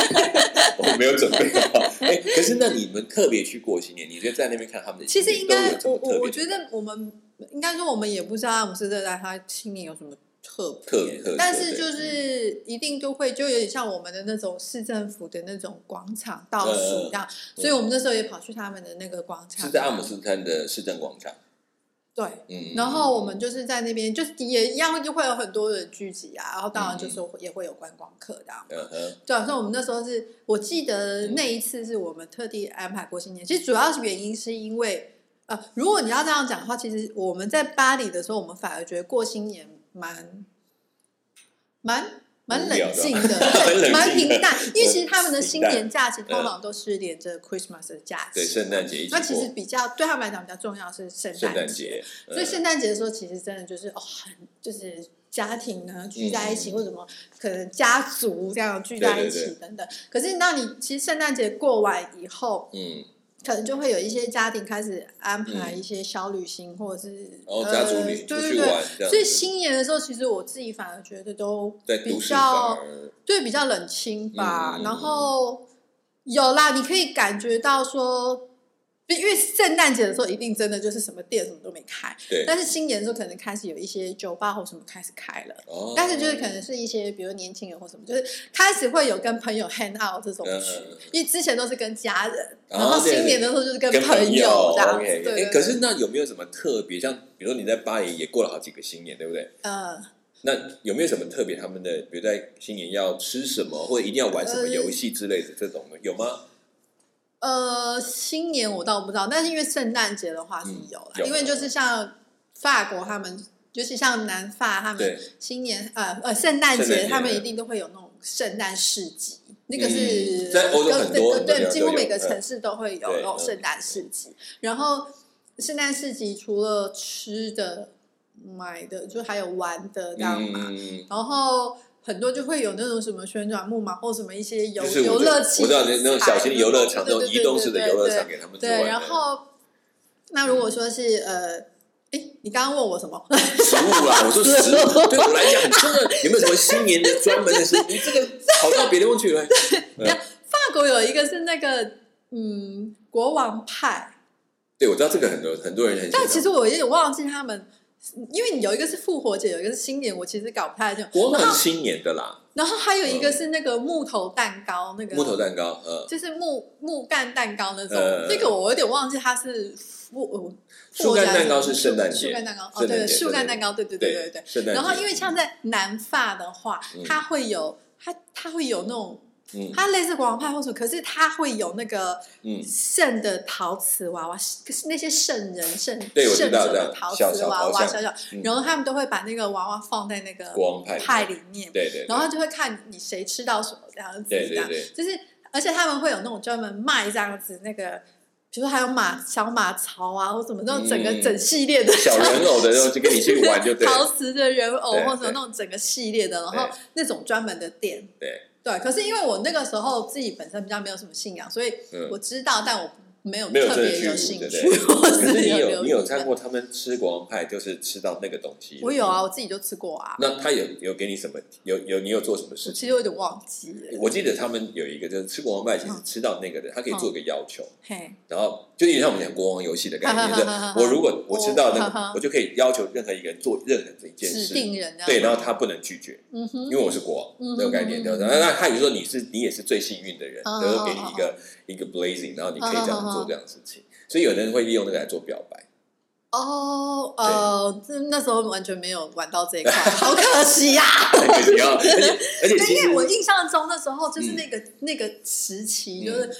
S1: [LAUGHS] 我没有准备好。哎，可是那你们特别去过新年，你就在那边看他们的新
S2: 其实
S1: 年，
S2: 应
S1: 都
S2: 该
S1: 有，什
S2: 我
S1: 么特
S2: 我我
S1: 别的
S2: 觉得我们应该说我们也不知道阿姆斯特丹它新年有什么特别
S1: 特别特色
S2: 但是
S1: 对嗯
S2: 就是一定就会就有点像我们的那种市政府的那种广场倒数
S1: 嗯
S2: 这样，所以我们那时候也跑去他们的那个广场，
S1: 是在阿姆斯特丹的市政广场，
S2: 对。
S1: 嗯，
S2: 然后我们就是在那边，就是也一样，就会有很多人聚集啊。然后当然就是也会有观光客这样。
S1: 嗯哼，
S2: 对啊，所以我们那时候是我记得那一次是我们特地安排过新年，其实主要是原因是因为，呃，如果你要这样讲的话，其实我们在巴黎的时候，我们反而觉得过新年蛮蛮蛮冷静的，
S1: 无聊的
S2: 对，
S1: [LAUGHS]
S2: 蛮
S1: 蛮冷静
S2: 平
S1: 的
S2: 淡，因为其实他们的
S1: 平
S2: 新
S1: 淡嗯
S2: 年假期通常都是连着 Christmas 的假
S1: 对，
S2: 期。
S1: 圣诞节一起
S2: 那其实
S1: 过，
S2: 比较对他们来讲比较重要的是圣
S1: 圣
S2: 诞
S1: 诞节，
S2: 所以
S1: 嗯
S2: 圣诞节的时候，其实真的就是哦，很就是家庭呢聚在一起，
S1: 嗯
S2: 或者什么可能家族这样聚在一
S1: 对对
S2: 起等等。可是，那你其实圣诞节过完以后，
S1: 嗯，
S2: 可能就会有一些家庭开始安排一些小旅行，或者是
S1: 然后嗯哦家族旅
S2: 呃、
S1: 出
S2: 对对
S1: 去
S2: 对。
S1: 玩这样
S2: 所以
S1: 子，
S2: 新年的时候，其实我自己反而觉得都
S1: 在
S2: 比
S1: 都市
S2: 较
S1: 反而
S2: 对，比较冷清吧。
S1: 嗯
S2: 然后有啦，你可以感觉到说，因为圣诞节的时候一定真的就是什么店什么都没开，
S1: 对，
S2: 但是新年的时候可能开始有一些酒吧或什么开始开了。
S1: 哦
S2: 但是就是可能是一些，比如年轻人或什么，就是开始会有跟朋友 hang out 这种
S1: 嗯
S2: 局
S1: 嗯嗯，
S2: 因为之前都是跟家人，
S1: 哦
S2: 然后
S1: 对
S2: 新年的时候就是跟朋
S1: 友
S2: 这样子。
S1: OK，
S2: 对
S1: 哎，
S2: 对，
S1: 可是那有没有什么特别？像比如说你在巴黎也过了好几个新年，对不对？
S2: 呃，
S1: 那有没有什么特别他们的，比如在新年要吃什么，或者一定要玩什么游戏之类的这种的，有吗？
S2: 呃，新年我倒不知道，但是因为圣诞节的话是
S1: 嗯
S2: 有啦，
S1: 有
S2: 因为就是像法国他们，尤其像南法他
S1: 对
S2: 们新年呃呃圣诞
S1: 圣诞
S2: 节，
S1: 节
S2: 他们
S1: 对
S2: 一定都会有那种圣诞市集，那个
S1: 嗯
S2: 是
S1: 在欧洲很多
S2: 对
S1: 很多地
S2: 对，
S1: 方
S2: 几
S1: 都
S2: 乎
S1: 有
S2: 每个
S1: 嗯
S2: 城市都会有
S1: 对
S2: 那种
S1: 嗯
S2: 圣诞市集，然后圣诞市集除了吃的。买的，就还有玩的这样嘛。
S1: 嗯，
S2: 然后很多就会有那种什么旋转木马或什么一些游
S1: 就是
S2: 游
S1: 我
S2: 乐器啊
S1: 我知道那那种小型的游乐场，
S2: 对
S1: 那
S2: 对
S1: 种
S2: 对
S1: 移动式的
S2: 对
S1: 游乐
S2: 对
S1: 场给他们去玩
S2: 对，
S1: 的。
S2: 然后那如果说是呃，哎，你刚刚问我什么？ [LAUGHS]
S1: 食物啊啦，我说食物对我来讲很重要。有没有什么新年的专门的食物？你这个跑到别地方去了。 [LAUGHS]
S2: 法国有一个是那个嗯国王派，
S1: 对，我知道这个很多很多人很喜欢。
S2: 但其实我有点忘记他们，因为你有一个是复活节，有一个是新年，我其实搞不太清楚。
S1: 我很新年的啦，
S2: 然后还有一个是那个木头蛋糕，那个
S1: 木头蛋糕，呃，
S2: 就是木木干蛋糕那种，
S1: 呃
S2: 这个我有点忘记它是呃木
S1: 树干蛋糕是圣诞
S2: 树
S1: 节
S2: 干，蛋糕哦，
S1: 圣诞
S2: 对，
S1: 节
S2: 树干蛋糕，对对对对对。
S1: 圣诞节。
S2: 然后因为像在南法的话
S1: 嗯，
S2: 它会有它它会有那种
S1: 嗯
S2: 它类似国王派或什么，可是它会有那个
S1: 嗯，
S2: 圣的陶瓷娃娃，是那些圣人圣
S1: 对我知
S2: 圣
S1: 道
S2: 者
S1: 知道
S2: 的陶
S1: 小
S2: 瓷
S1: 小
S2: 娃
S1: 陶
S2: 娃
S1: 像
S2: 小小
S1: 嗯，
S2: 然后他们都会把那个娃娃放在那个
S1: 国王派
S2: 派里面，
S1: 对对，对
S2: 然后就会看你谁吃到什么这样子，
S1: 对
S2: 这
S1: 对
S2: 样
S1: 对，
S2: 就是而且他们会有那种专门卖这样子那个。比如说还有马小马槽啊，或什么那种整个
S1: 嗯
S2: 整系列的
S1: 小人偶的时候就跟你去玩就对了
S2: [LAUGHS] 陶瓷的人偶
S1: 对
S2: 或者
S1: 对
S2: 那种整个系列的，然后
S1: 对
S2: 那种专门的店，
S1: 对
S2: 对。可是因为我那个时候自己本身比较没有什么信仰，所以
S1: 嗯
S2: 我知道，但我没有
S1: 没有
S2: 特
S1: 真的
S2: 别
S1: 去
S2: 有
S1: 舞
S2: 兴
S1: 对不
S2: 趣
S1: 对。
S2: 我
S1: 可是你
S2: 有
S1: 有
S2: 留
S1: 你
S2: 意
S1: 有
S2: 的
S1: 看？过他们吃国王派，就是吃到那个东西。
S2: 我有。啊，我自己就吃过啊，
S1: 那他有有给你什么？有有你有做什么事
S2: 我
S1: 情？
S2: 其实有点忘记了。
S1: 我记得他们有一个就是吃国王派，其实
S2: 嗯
S1: 吃到那个的，他可以做个要求，
S2: 嘿，
S1: 然后就有点像我们讲国王游戏的概念，
S2: 哈
S1: 就
S2: 哈
S1: 是
S2: 哈哈
S1: 我如果我吃到那
S2: 嗯哦哈
S1: 个
S2: 哈，
S1: 我就可以要求任何一个人做任何一件
S2: 指
S1: 事，
S2: 定人这样
S1: 对，然后他不能拒绝，
S2: 嗯哼
S1: 因，为我是国
S2: 嗯
S1: 王，那个概念就是，那那汉语说你是你也是最幸运的人，
S2: 哦
S1: 然后给你一个一个 blazing，然后你可以这样
S2: 哦哦
S1: 做
S2: 哦
S1: 这样的事情，所以有的人会利用那个来做表白， [LAUGHS]
S2: 哦，呃，这那时候完全没有玩到这一块，好可
S1: [LAUGHS]
S2: 惜呀、啊。
S1: 而且
S2: [LAUGHS]
S1: 而且而且
S2: 对，
S1: 其
S2: 因
S1: 实
S2: 为我印象中那时候就是
S1: 嗯
S2: 那个、那个时期，
S1: 嗯
S2: 就是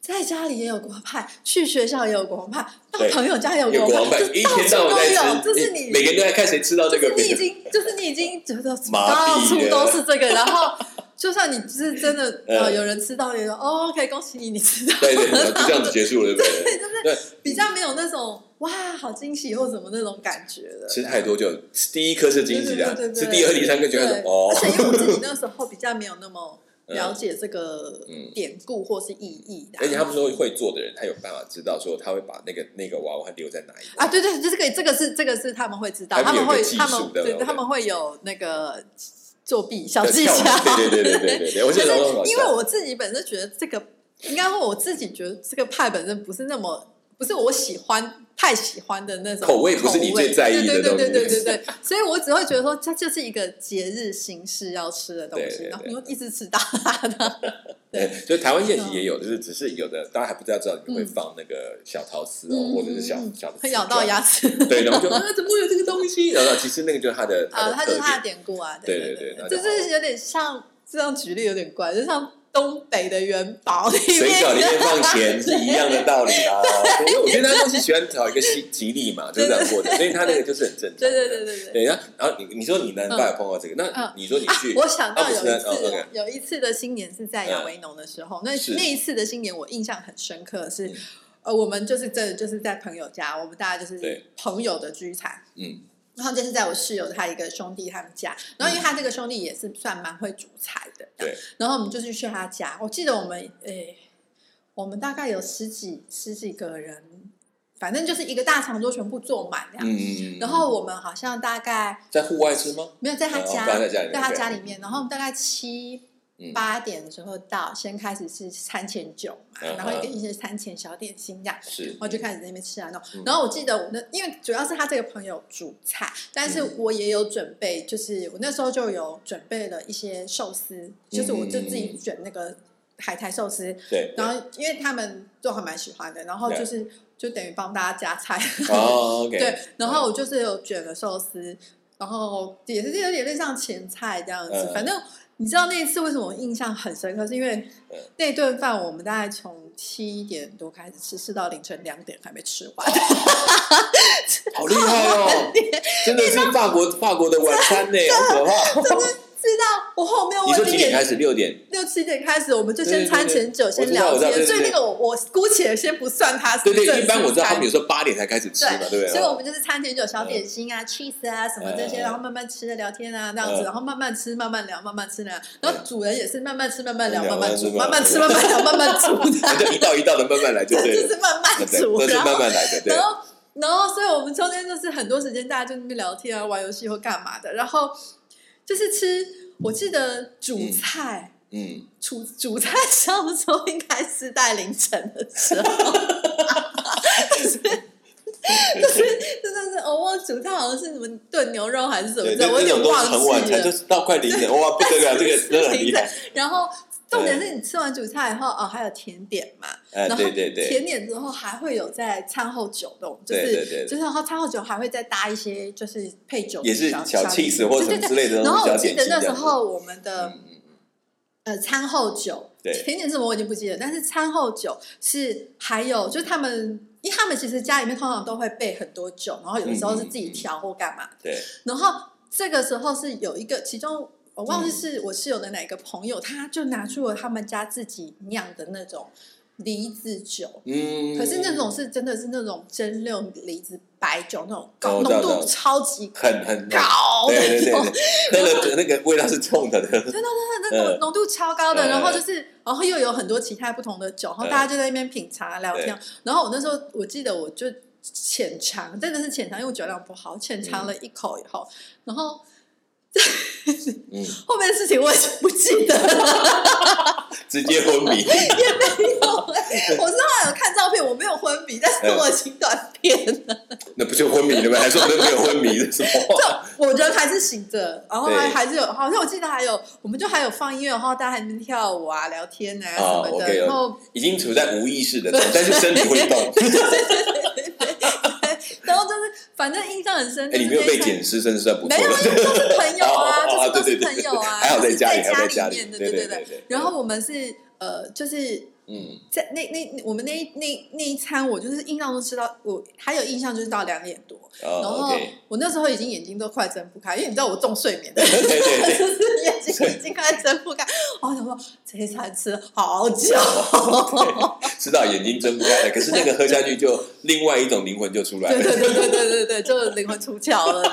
S2: 在家里也有国派，去学校也有国派，到
S1: 对
S2: 朋友家也有
S1: 有
S2: 国
S1: 国王
S2: 派，
S1: 派
S2: 就
S1: 一天到
S2: 到处
S1: 晚
S2: 都有，
S1: 在吃，
S2: 就是你
S1: 每个人都在看谁吃到
S2: 就
S1: 这个
S2: 是
S1: 饼，
S2: 你已经，就是你已经觉得
S1: 麻
S2: 到
S1: 痹
S2: 处
S1: 了
S2: 都是这个，然后就算你是真的
S1: [LAUGHS] 嗯
S2: 呃有人吃到，你说哦 OK 恭喜你，你吃到， [LAUGHS]
S1: 对对，然后就这样子结束了，对不对？
S2: 对，就是
S1: 对，
S2: 比较没有那种哇好惊喜或什么那种感觉了。
S1: 吃太多就第一颗是惊喜的啊，
S2: 对对对对
S1: 吃第二、第三颗就开始
S2: 对
S1: 哦
S2: [LAUGHS] 而，且因为我自己那时候比较没有那么了解这个
S1: 嗯
S2: 典故或是意义的，啊
S1: 而且他们说会做的人，他有办法知道说他会把那个那个娃娃留在哪一个
S2: 啊，对对，就是这个这个是这个是他们会知道，
S1: 他
S2: 他
S1: 们
S2: 们
S1: 有一
S2: 会
S1: 个技术
S2: 他
S1: 对
S2: 们
S1: 不对
S2: 对他们会有那个作弊小
S1: 在
S2: 技
S1: 跳
S2: 巧
S1: 舞，对对对对对对对，我
S2: 就
S1: 觉
S2: 是
S1: 得很好笑
S2: [LAUGHS] 因为我自己本身觉得这个，应该说我自己觉得这个派本身不是那么，不是我喜欢太喜欢的那种
S1: 口味不是你最在意的
S2: 口味对对对
S1: 东
S2: 对
S1: 西
S2: 对对对，所以我只会觉得说，它就是一个节日形式要吃的东
S1: 对对
S2: 西，
S1: 对
S2: 然后你就一直吃到它的，
S1: 对，所以台湾宴席也有，就是只是有的大家还不知道知道里面会放那个小陶瓷哦，
S2: 嗯
S1: 或者是小
S2: 嗯
S1: 小的
S2: 会咬到牙齿
S1: 瓷砖，对，然
S2: [LAUGHS]
S1: 后就啊怎么会有这个东西？然后其实那个就是它的
S2: 啊，它
S1: 它
S2: 就
S1: 的
S2: 是它
S1: 特
S2: 的
S1: 点，
S2: 典故啊，
S1: 对
S2: 对
S1: 对对
S2: 对，就是有点像这样举例有点怪，就像东北的元宝里面
S1: 水饺里面放钱是一样的道理啦。所以我觉得他就是喜欢找一个吉吉利嘛，就是这样过的，所以他那个就是很正常的。
S2: [LAUGHS] 对对对对对。
S1: 对，然后然后你你说你南法有碰到这个，那
S2: 嗯
S1: 你说你
S2: 啊
S1: 去，，
S2: 我想到
S1: 啊
S2: 有
S1: 不
S2: 一
S1: 是
S2: 次
S1: 哦
S2: 的，
S1: ，OK
S2: 有一次的新年是在亚维农的时候，那
S1: 是
S2: 那一次的新年我印象很深刻是，
S1: 嗯
S2: 呃，我们就是真的就是在朋友家，我们大家就是
S1: 对
S2: 朋友的聚餐，
S1: 嗯，
S2: 然后就是在我室友他一个兄弟他们家，然后因为他这个兄弟也是算蛮会煮菜的，
S1: 对，
S2: 然后我们就去去他家，我记得我们诶、我们大概有十几十几个人，反正就是一个大长桌全部坐满这样，
S1: 嗯，
S2: 然后我们好像大概。
S1: 在户外吃吗？
S2: 没有在他家，
S1: 哦不然在家里面
S2: 对他
S1: OK
S2: 家里面，然后大概七
S1: 嗯
S2: 八点的时候到，先开始吃餐前酒嘛，
S1: 嗯哼
S2: 然后跟一些餐前小点心这样。
S1: 是
S2: 然，后就开始在那边吃啊弄
S1: 嗯，
S2: 然后我记得我那因为主要是他这个朋友煮菜，但是
S1: 嗯
S2: 我也有准备，就是我那时候就有准备了一些寿司，就是我就自己
S1: 嗯
S2: 卷那个海苔寿司，
S1: 对，
S2: 然后因为他们都还蛮喜欢的，然后就是就等于帮大家加菜，
S1: 哦，OK，
S2: 对，然后我就是有卷了寿司，然后也是有点类似像前菜这样子。
S1: 嗯
S2: 反正你知道那一次为什么我印象很深刻，是因为
S1: 嗯
S2: 那顿饭我们大概从七点多开始吃，吃到凌晨两点还没吃
S1: [LAUGHS]
S2: 完。
S1: 好厉害
S2: [LAUGHS]
S1: 哦，真的是法国法国的晚餐呢，好可怕。
S2: 直到我后面
S1: 你
S2: 我
S1: 说几
S2: 已经
S1: 点开
S2: 也
S1: 始？六点，
S2: 六七点开始，我们就先餐前酒，
S1: 对对对
S2: 先聊
S1: 我知道我知
S2: 天。
S1: 道
S2: 所以那个我我姑且先不算它是
S1: 对
S2: 正
S1: 对，
S2: 式
S1: 一般我知道他们
S2: 餐
S1: 有时候八点才开始吃嘛，对不对？啊哦
S2: 所以我们就是餐前酒、小点心啊、cheese 啊什么这些，
S1: 嗯
S2: 然后慢慢吃、聊天啊，这样
S1: 嗯
S2: 子，然后慢慢吃、慢慢聊、慢慢吃、聊。然后主人也是慢慢吃、慢慢聊、
S1: 嗯
S2: 慢慢煮、慢
S1: 慢
S2: 慢
S1: 慢
S2: 吃、
S1: 吃
S2: 慢慢聊、慢慢煮
S1: 我们
S2: 的，
S1: 就一道一道的慢慢来就 [LAUGHS]
S2: 这
S1: 对
S2: [LAUGHS]
S1: 了，
S2: 就是慢慢
S1: 对，
S2: 煮。
S1: 都是
S2: 然后
S1: 慢慢来的，对
S2: 然。后，然后，所以我们中间就是很多时间大家就在那边聊天啊、玩游戏或干嘛的。然后就是吃，我记得煮菜，
S1: 嗯，
S2: 煮煮菜差不多应该是在凌晨的时候。
S1: [LAUGHS]
S2: 就是就是是，我忘了煮菜好像是什么炖牛肉还是什么
S1: 对，
S2: 的，
S1: 这
S2: 我有
S1: 这
S2: 点
S1: 种都是很
S2: 忘
S1: 晚
S2: 记
S1: 才，就
S2: 了。
S1: 是到快凌晨，哇，不得了，
S2: [LAUGHS]
S1: 这个真的很厉害。
S2: 然后重点是你吃完主菜以后，哦，还有甜点嘛，
S1: 哎，
S2: 然后
S1: 对对对，
S2: 甜点之后还会有在餐后酒的，就
S1: 对对
S2: 是
S1: 对
S2: 就是然后餐后酒还会再搭一些就是配酒
S1: 也是
S2: 小
S1: 小 cheese 或什
S2: 对
S1: 么之
S2: 对对。
S1: 类的
S2: 然
S1: 东
S2: 后
S1: 西，
S2: 我
S1: 小
S2: 记
S1: 点
S2: 得
S1: 心
S2: 那
S1: 这
S2: 时
S1: 样子。
S2: 候我们的
S1: 嗯，嗯
S2: 呃餐后酒，
S1: 对
S2: 甜点什么我已经不记得，但是餐后酒是还有就是他们。因为他们其实家里面通常都会备很多酒，然后有的时
S1: 嗯
S2: 候是自己调或干嘛的
S1: 对，
S2: 然后这个时候是有一个，其中我
S1: 嗯
S2: 忘记是我室友的哪个朋友，他就拿出了他们家自己酿的那种梨子酒。
S1: 嗯。
S2: 可是那种是真的是那种蒸馏梨子白酒，那种
S1: 哦
S2: 高
S1: 我知道
S2: 浓
S1: 我知
S2: 度
S1: 道
S2: 超级
S1: 很很
S2: 高
S1: 对对对
S2: 那种，
S1: 对，喝了那个味道是冲的， [LAUGHS]
S2: 真的那
S1: 嗯
S2: 种浓度超高的，
S1: 嗯
S2: 然后就是，然后又有很多其他不同的酒，然后
S1: 嗯
S2: 大家就在那边品茶聊天。然后我那时候我记得我就浅尝，真的是浅尝，因为我酒量不好，浅尝了一口以后，然后
S1: 嗯，
S2: [LAUGHS] 后面的事情我已经不
S1: [LAUGHS]
S2: 记得了。
S1: 直接昏迷。
S2: 我是后来有看照片，我没有昏迷，但是我已经断片了，
S1: 那不就昏迷了吗？还说那没有昏迷的什么
S2: [LAUGHS]
S1: 话？
S2: 我人还是醒着，然后
S1: 对
S2: 还还是有，好像我记得还有，我们就还有放音乐，然后大家还能跳舞啊、聊天啊
S1: 哦
S2: 什么的，
S1: ，OK，OK
S2: 然后
S1: 已经处在无意识的状态，但是身体会
S2: [LAUGHS]
S1: 动。
S2: 然后就是反正印象很深，
S1: 哎，
S2: 就是
S1: 你没有
S2: 那一
S1: 被
S2: 餐
S1: 捡尸，真的算不
S2: 没
S1: 错 [LAUGHS]
S2: 有，
S1: 了。
S2: 因为
S1: 哦哦哦
S2: 都是朋友啊，就是都是
S1: 对对
S2: 朋
S1: 对
S2: 友啊，
S1: [LAUGHS] 还好在家里，还好
S2: 在
S1: 在家
S2: 里
S1: 里
S2: 面，的，
S1: 对
S2: 对
S1: 对。对。
S2: 然后我们是呃，就是
S1: 嗯，
S2: 在那那我们那一那那一餐，我就是印象中吃到我还有印象就是到两点多，然
S1: 哦
S2: 后
S1: ，OK，
S2: 我那时候已经眼睛都快睁不开，因为你知道我重睡
S1: [LAUGHS]
S2: 眠的人，
S1: 对对对。
S2: 就是眼睛已经快睁不开。我想说这一餐吃好
S1: [LAUGHS]
S2: 久，
S1: 知道眼睛睁不
S2: [LAUGHS]
S1: 开了，可是那个喝下去就另外一种灵魂就出来
S2: 对
S1: 了，
S2: 对对对对对对，就灵魂出窍
S1: [LAUGHS]
S2: 了的。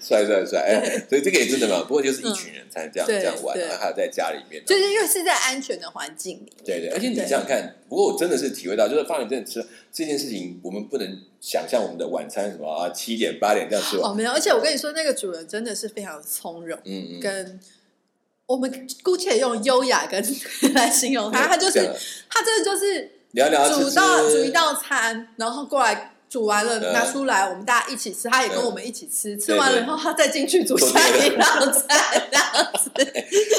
S1: 帅帅帅！哎，所以这个也真的嘛，不过就是一群人才这样
S2: 嗯嗯对
S1: 这样玩，
S2: 对
S1: 然后还有在家里面，
S2: 就是因为是在安全的环境里，
S1: 对对，而且你
S2: 对
S1: 想想看，不过我真的是体会到，就是放你真的吃这件事情，我们不能想象我们的晚餐什么啊，七点八点这样吃完，
S2: 哦没有，而且我跟你说，那个主人真的是非常从容，
S1: 嗯嗯，
S2: 跟我们姑且用优雅跟 [LAUGHS] 来形容他，他就
S1: 这
S2: 是
S1: 样
S2: 他真的就是
S1: 聊聊吃
S2: 煮
S1: 吃
S2: 到煮一道餐，然后过来煮完了
S1: 嗯
S2: 拿出来，我们大家一起吃，他也跟
S1: 嗯
S2: 我们一起吃，吃完了
S1: 对
S2: 以
S1: 对
S2: 后他再进去煮
S1: 做
S2: 下
S1: 这
S2: 一
S1: 个
S2: 道菜，这样子。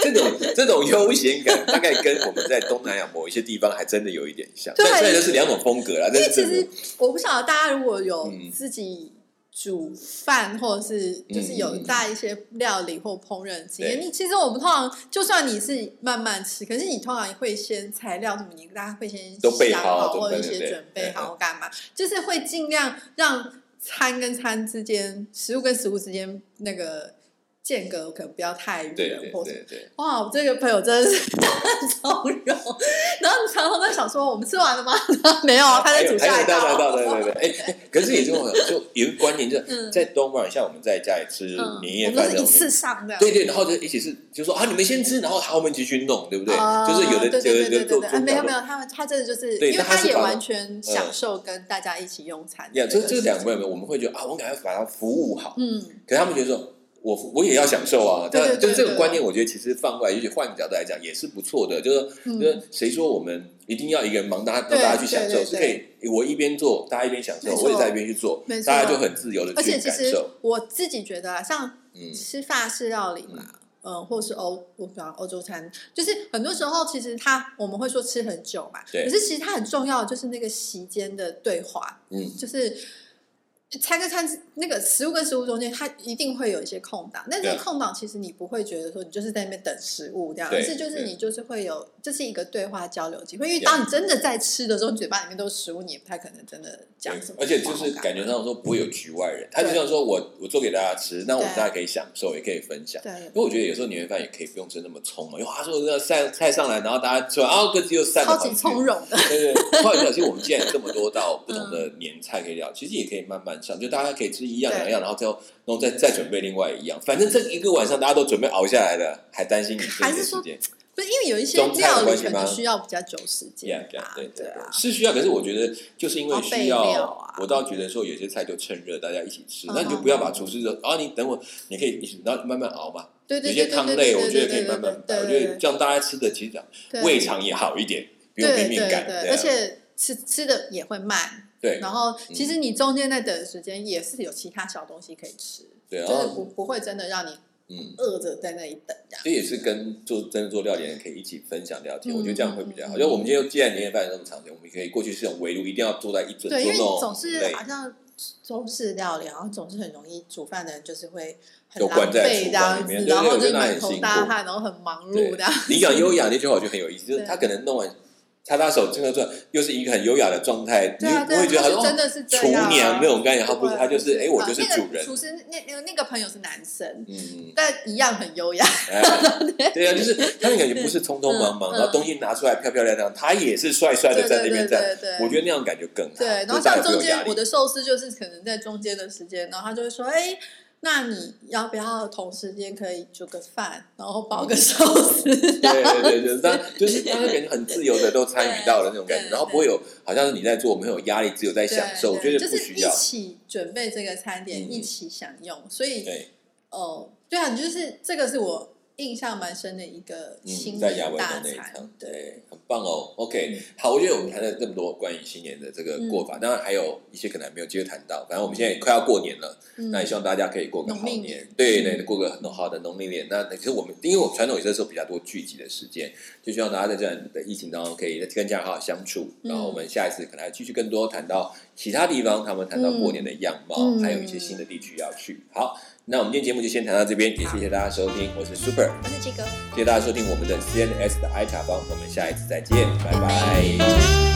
S1: 这种这种悠闲感，大概跟我们在东南亚某一些地方还真的有一点像，
S2: 对
S1: 但虽然这是两种风格啦，但
S2: 因为
S1: 是
S2: 其
S1: 真的
S2: 实我不晓得大家如果有
S1: 嗯
S2: 自己煮饭，或者是就是有
S1: 嗯嗯嗯
S2: 带一些料理或烹饪经验，
S1: 对
S2: 你其实我们通常就算你是慢慢吃，可是你通常会先材料什么，你大家会先
S1: 都备
S2: 想
S1: 好啊
S2: 或者一
S1: 准备
S2: 些
S1: 对
S2: 准备
S1: 对
S2: 好或干嘛，就是会尽量让餐跟餐之间，食物跟食物之间那个间隔可能不要太远，
S1: 对对
S2: 或者
S1: 对对，
S2: 哇，我这个朋友真的是 [LAUGHS] 很从容。然后你常常在想说，我们吃完了吗？ [LAUGHS] 没有，啊他在
S1: 还
S2: 煮
S1: 有还
S2: 下
S1: 有
S2: 一
S1: 道
S2: 道。
S1: 道对对对，哎哎，可是也这种就有一个观念，就
S2: 哦嗯
S1: 是在东方，像我们在家里吃
S2: 嗯，
S1: 年夜
S2: 我们
S1: 饭
S2: 都
S1: 这
S2: 是
S1: 种。
S2: 一次上的。
S1: 对对，然后就一起是就说啊，你们先吃，然后好，我们一起去弄，对不对？
S2: 啊
S1: 就是有的
S2: 对
S1: 有的
S2: 对对
S1: 就
S2: 对
S1: 做
S2: 对，
S1: 做
S2: 啊没有没
S1: 有。
S2: 有，他们他真的就是，
S1: 对
S2: 因
S1: 那
S2: 为
S1: 他是
S2: 也
S1: 把嗯
S2: 完全享受跟大家一起用餐
S1: 呀，
S2: 个
S1: 这
S2: 事情。
S1: 这两位我们会觉得啊，我赶快把它服务好，
S2: 嗯，
S1: 可是他们觉得说。我我也要享受啊，
S2: 对对
S1: 但就是
S2: 对
S1: 这
S2: 对
S1: 个观念，我觉得其实放过来，也许换个角度来讲也是不错的。就是
S2: 嗯
S1: 就是谁说我们一定要一个人忙，大家
S2: 对
S1: 让大家去享
S2: 对对
S1: 受，是可以我一边做，大家一边享
S2: 没
S1: 受，
S2: 错
S1: 我也在一边去做
S2: 没，错
S1: 大家就很自由的
S2: 而
S1: 去
S2: 且其
S1: 感
S2: 实
S1: 受。
S2: 我自己觉得啊，像
S1: 嗯，
S2: 吃法式料理嘛，呃，或是欧，我不知道欧洲餐，就是很多时候其实它我们会说吃很久嘛，
S1: 对
S2: 可是其实它很重要的就是那个席间的对话，
S1: 嗯，
S2: 就是餐跟餐之那个食物跟食物中间，它一定会有一些空档，但这个
S1: 对啊
S2: 空档其实你不会觉得说你就是在那边等食物这样，
S1: 对
S2: 而是就是
S1: 对
S2: 你就是会有，这是一个对话交流机会，因为
S1: Yeah
S2: 当你真的在吃的时候，你嘴巴里面都是食物，你也不太可能真的讲什么话，
S1: 而且就是感觉上说不会有局外人，他就像说我我做给大家吃，那我们
S2: 对
S1: 大家可以享受，也可以分享。
S2: 对
S1: 因，为我觉得有时候年夜饭也可以不用吃那么匆忙，因为他说那散菜上来，然后大家吃完，啊，各自又散了
S2: 超
S1: 好
S2: 级
S1: 几
S2: 从容的，
S1: 对对
S2: [LAUGHS]
S1: 对，后来小心我们既然这么多道不同的年菜可以聊，其实也可以慢慢上，就大家可以吃一样
S2: 嗯对
S1: 两样，然后最后然后再再准备另外一样，反正这一个晚上大家都准备熬下来了，还担心你剩
S2: 还
S1: 一
S2: 是
S1: 点
S2: 说
S1: 时间
S2: 不是因为有一些
S1: 中餐的
S2: 料理
S1: 关系
S2: 可能
S1: 吗
S2: 需要比较久时间
S1: ，yeah yeah，
S2: 吧
S1: 对
S2: 对
S1: 对
S2: 啊，
S1: 是需要，可是我觉得就是因为需
S2: 要备料啊
S1: 要，我倒觉得说有些菜就趁热大家一起吃，
S2: 嗯
S1: 那你就不要把厨师说啊，你等我，你可以一起，然后慢慢熬嘛，
S2: 对
S1: 有
S2: 对
S1: 些
S2: 对
S1: 汤
S2: 对对
S1: 类
S2: 对，
S1: 我觉得可以
S2: 对
S1: 慢慢摆，
S2: 对
S1: 我
S2: 对
S1: 觉得这样大家吃的其实
S2: 对
S1: 胃肠也好一点，不用
S2: 对
S1: 拼
S2: 对
S1: 命赶，
S2: 对，
S1: 对
S2: 而
S1: 啊
S2: 且吃吃的也会慢，
S1: 对嗯
S2: 然后其实你中间在等的时间也是有其他小东西可以吃，
S1: 对，然
S2: 就是
S1: 后
S2: 不不会真的让你
S1: 嗯。
S2: 饿着在那里等这样。
S1: 这也是跟做真的做料理的人可以一起分享聊天，
S2: 嗯
S1: 我觉得这样会比较好。
S2: 嗯
S1: 因为我们今天又既然年夜饭这么长时间，我们可以过去是用围炉，一定要坐在一尊，
S2: 对，因为
S1: 做那
S2: 总
S1: 种
S2: 是啊
S1: 类
S2: 好像中式料理，好像总是很容易煮饭的人就是会很
S1: 就
S2: 狼
S1: 关在厨
S2: 狈这样
S1: 房里
S2: 子，
S1: 面
S2: 然后
S1: 对对对我觉得
S2: 就
S1: 那
S2: 满
S1: 很
S2: 头
S1: 辛
S2: 大
S1: 苦
S2: 汗，然后很忙
S1: 对
S2: 碌这样。
S1: 你讲优雅那句话，我觉得很有意思，就是
S2: 对
S1: 他可能弄完擦擦手、蒸个转，又是一个很优雅的状态，你
S2: 对啊，
S1: 就不
S2: 对啊，
S1: 会觉得
S2: 他
S1: 好像
S2: 是真
S1: 哦
S2: 的是这
S1: 厨
S2: 样啊。
S1: 娘那种概念，他
S2: 对
S1: 不是，他就是哎，我就是
S2: 啊那个
S1: 主人，
S2: 厨师那那那个朋友是男生，
S1: 嗯，
S2: 但一样很优雅。 [LAUGHS]
S1: 哎，对啊，就是他那感觉不是匆匆忙忙，
S2: 嗯嗯
S1: 然后东西拿出来漂漂亮亮，他也是帅帅
S2: 对
S1: 的
S2: 对
S1: 在那边
S2: 对
S1: 站，
S2: 对对，
S1: 我觉得那样感觉更好。
S2: 对，然后
S1: 就大家
S2: 像
S1: 不
S2: 中
S1: 用压
S2: 间
S1: 力
S2: 我的寿司就是可能在中间的时间，然后他就会说，哎，那你要不要同时间可以煮个饭，然后包个寿司？
S1: 对对 [LAUGHS] 对，就是当就是当时感觉很自由的都参与到了那种感觉，
S2: 对
S1: 然后不会有好像是你在做，没有压力，只有在享受，我
S2: 对
S1: 觉
S2: 对
S1: 得
S2: 就
S1: 不
S2: 是
S1: 需
S2: 一
S1: 要。
S2: 起准备这个餐点，
S1: 嗯
S2: 一起享用。所以，
S1: 对，
S2: 哦，对啊，你就是这个是我印象蛮深的一个新
S1: 嗯，在亚
S2: 年
S1: 维
S2: 大
S1: 农那一
S2: 餐
S1: 场，，
S2: 对，
S1: 对，很棒哦。OK，好，
S2: 嗯
S1: 我觉得我们谈了这么多关于新年的这个过法，当然还有一些可能还没有机会谈到。反正我们现在也快要过年了，
S2: 嗯
S1: 那也希望大家可以过个好
S2: 农历
S1: 年
S2: 年，
S1: 对对，过个很好的农历年。那其实我们，因为我们传统有些时候比较多聚集的时间，就希望大家在这样的疫情当中可以跟家人好好相处。
S2: 嗯
S1: 然后我们下一次可能还继续更多谈到其他地方，他们谈到过年的样貌，
S2: 嗯
S1: 还有一些新的地区要去。好，那我们今天节目就先谈到这边，也谢谢大家收听，我是 Super，
S2: 我是这个。
S1: 谢谢大家收听我们的 CNS 的 I 茶坊，我们下一次再见，拜拜。
S2: 拜拜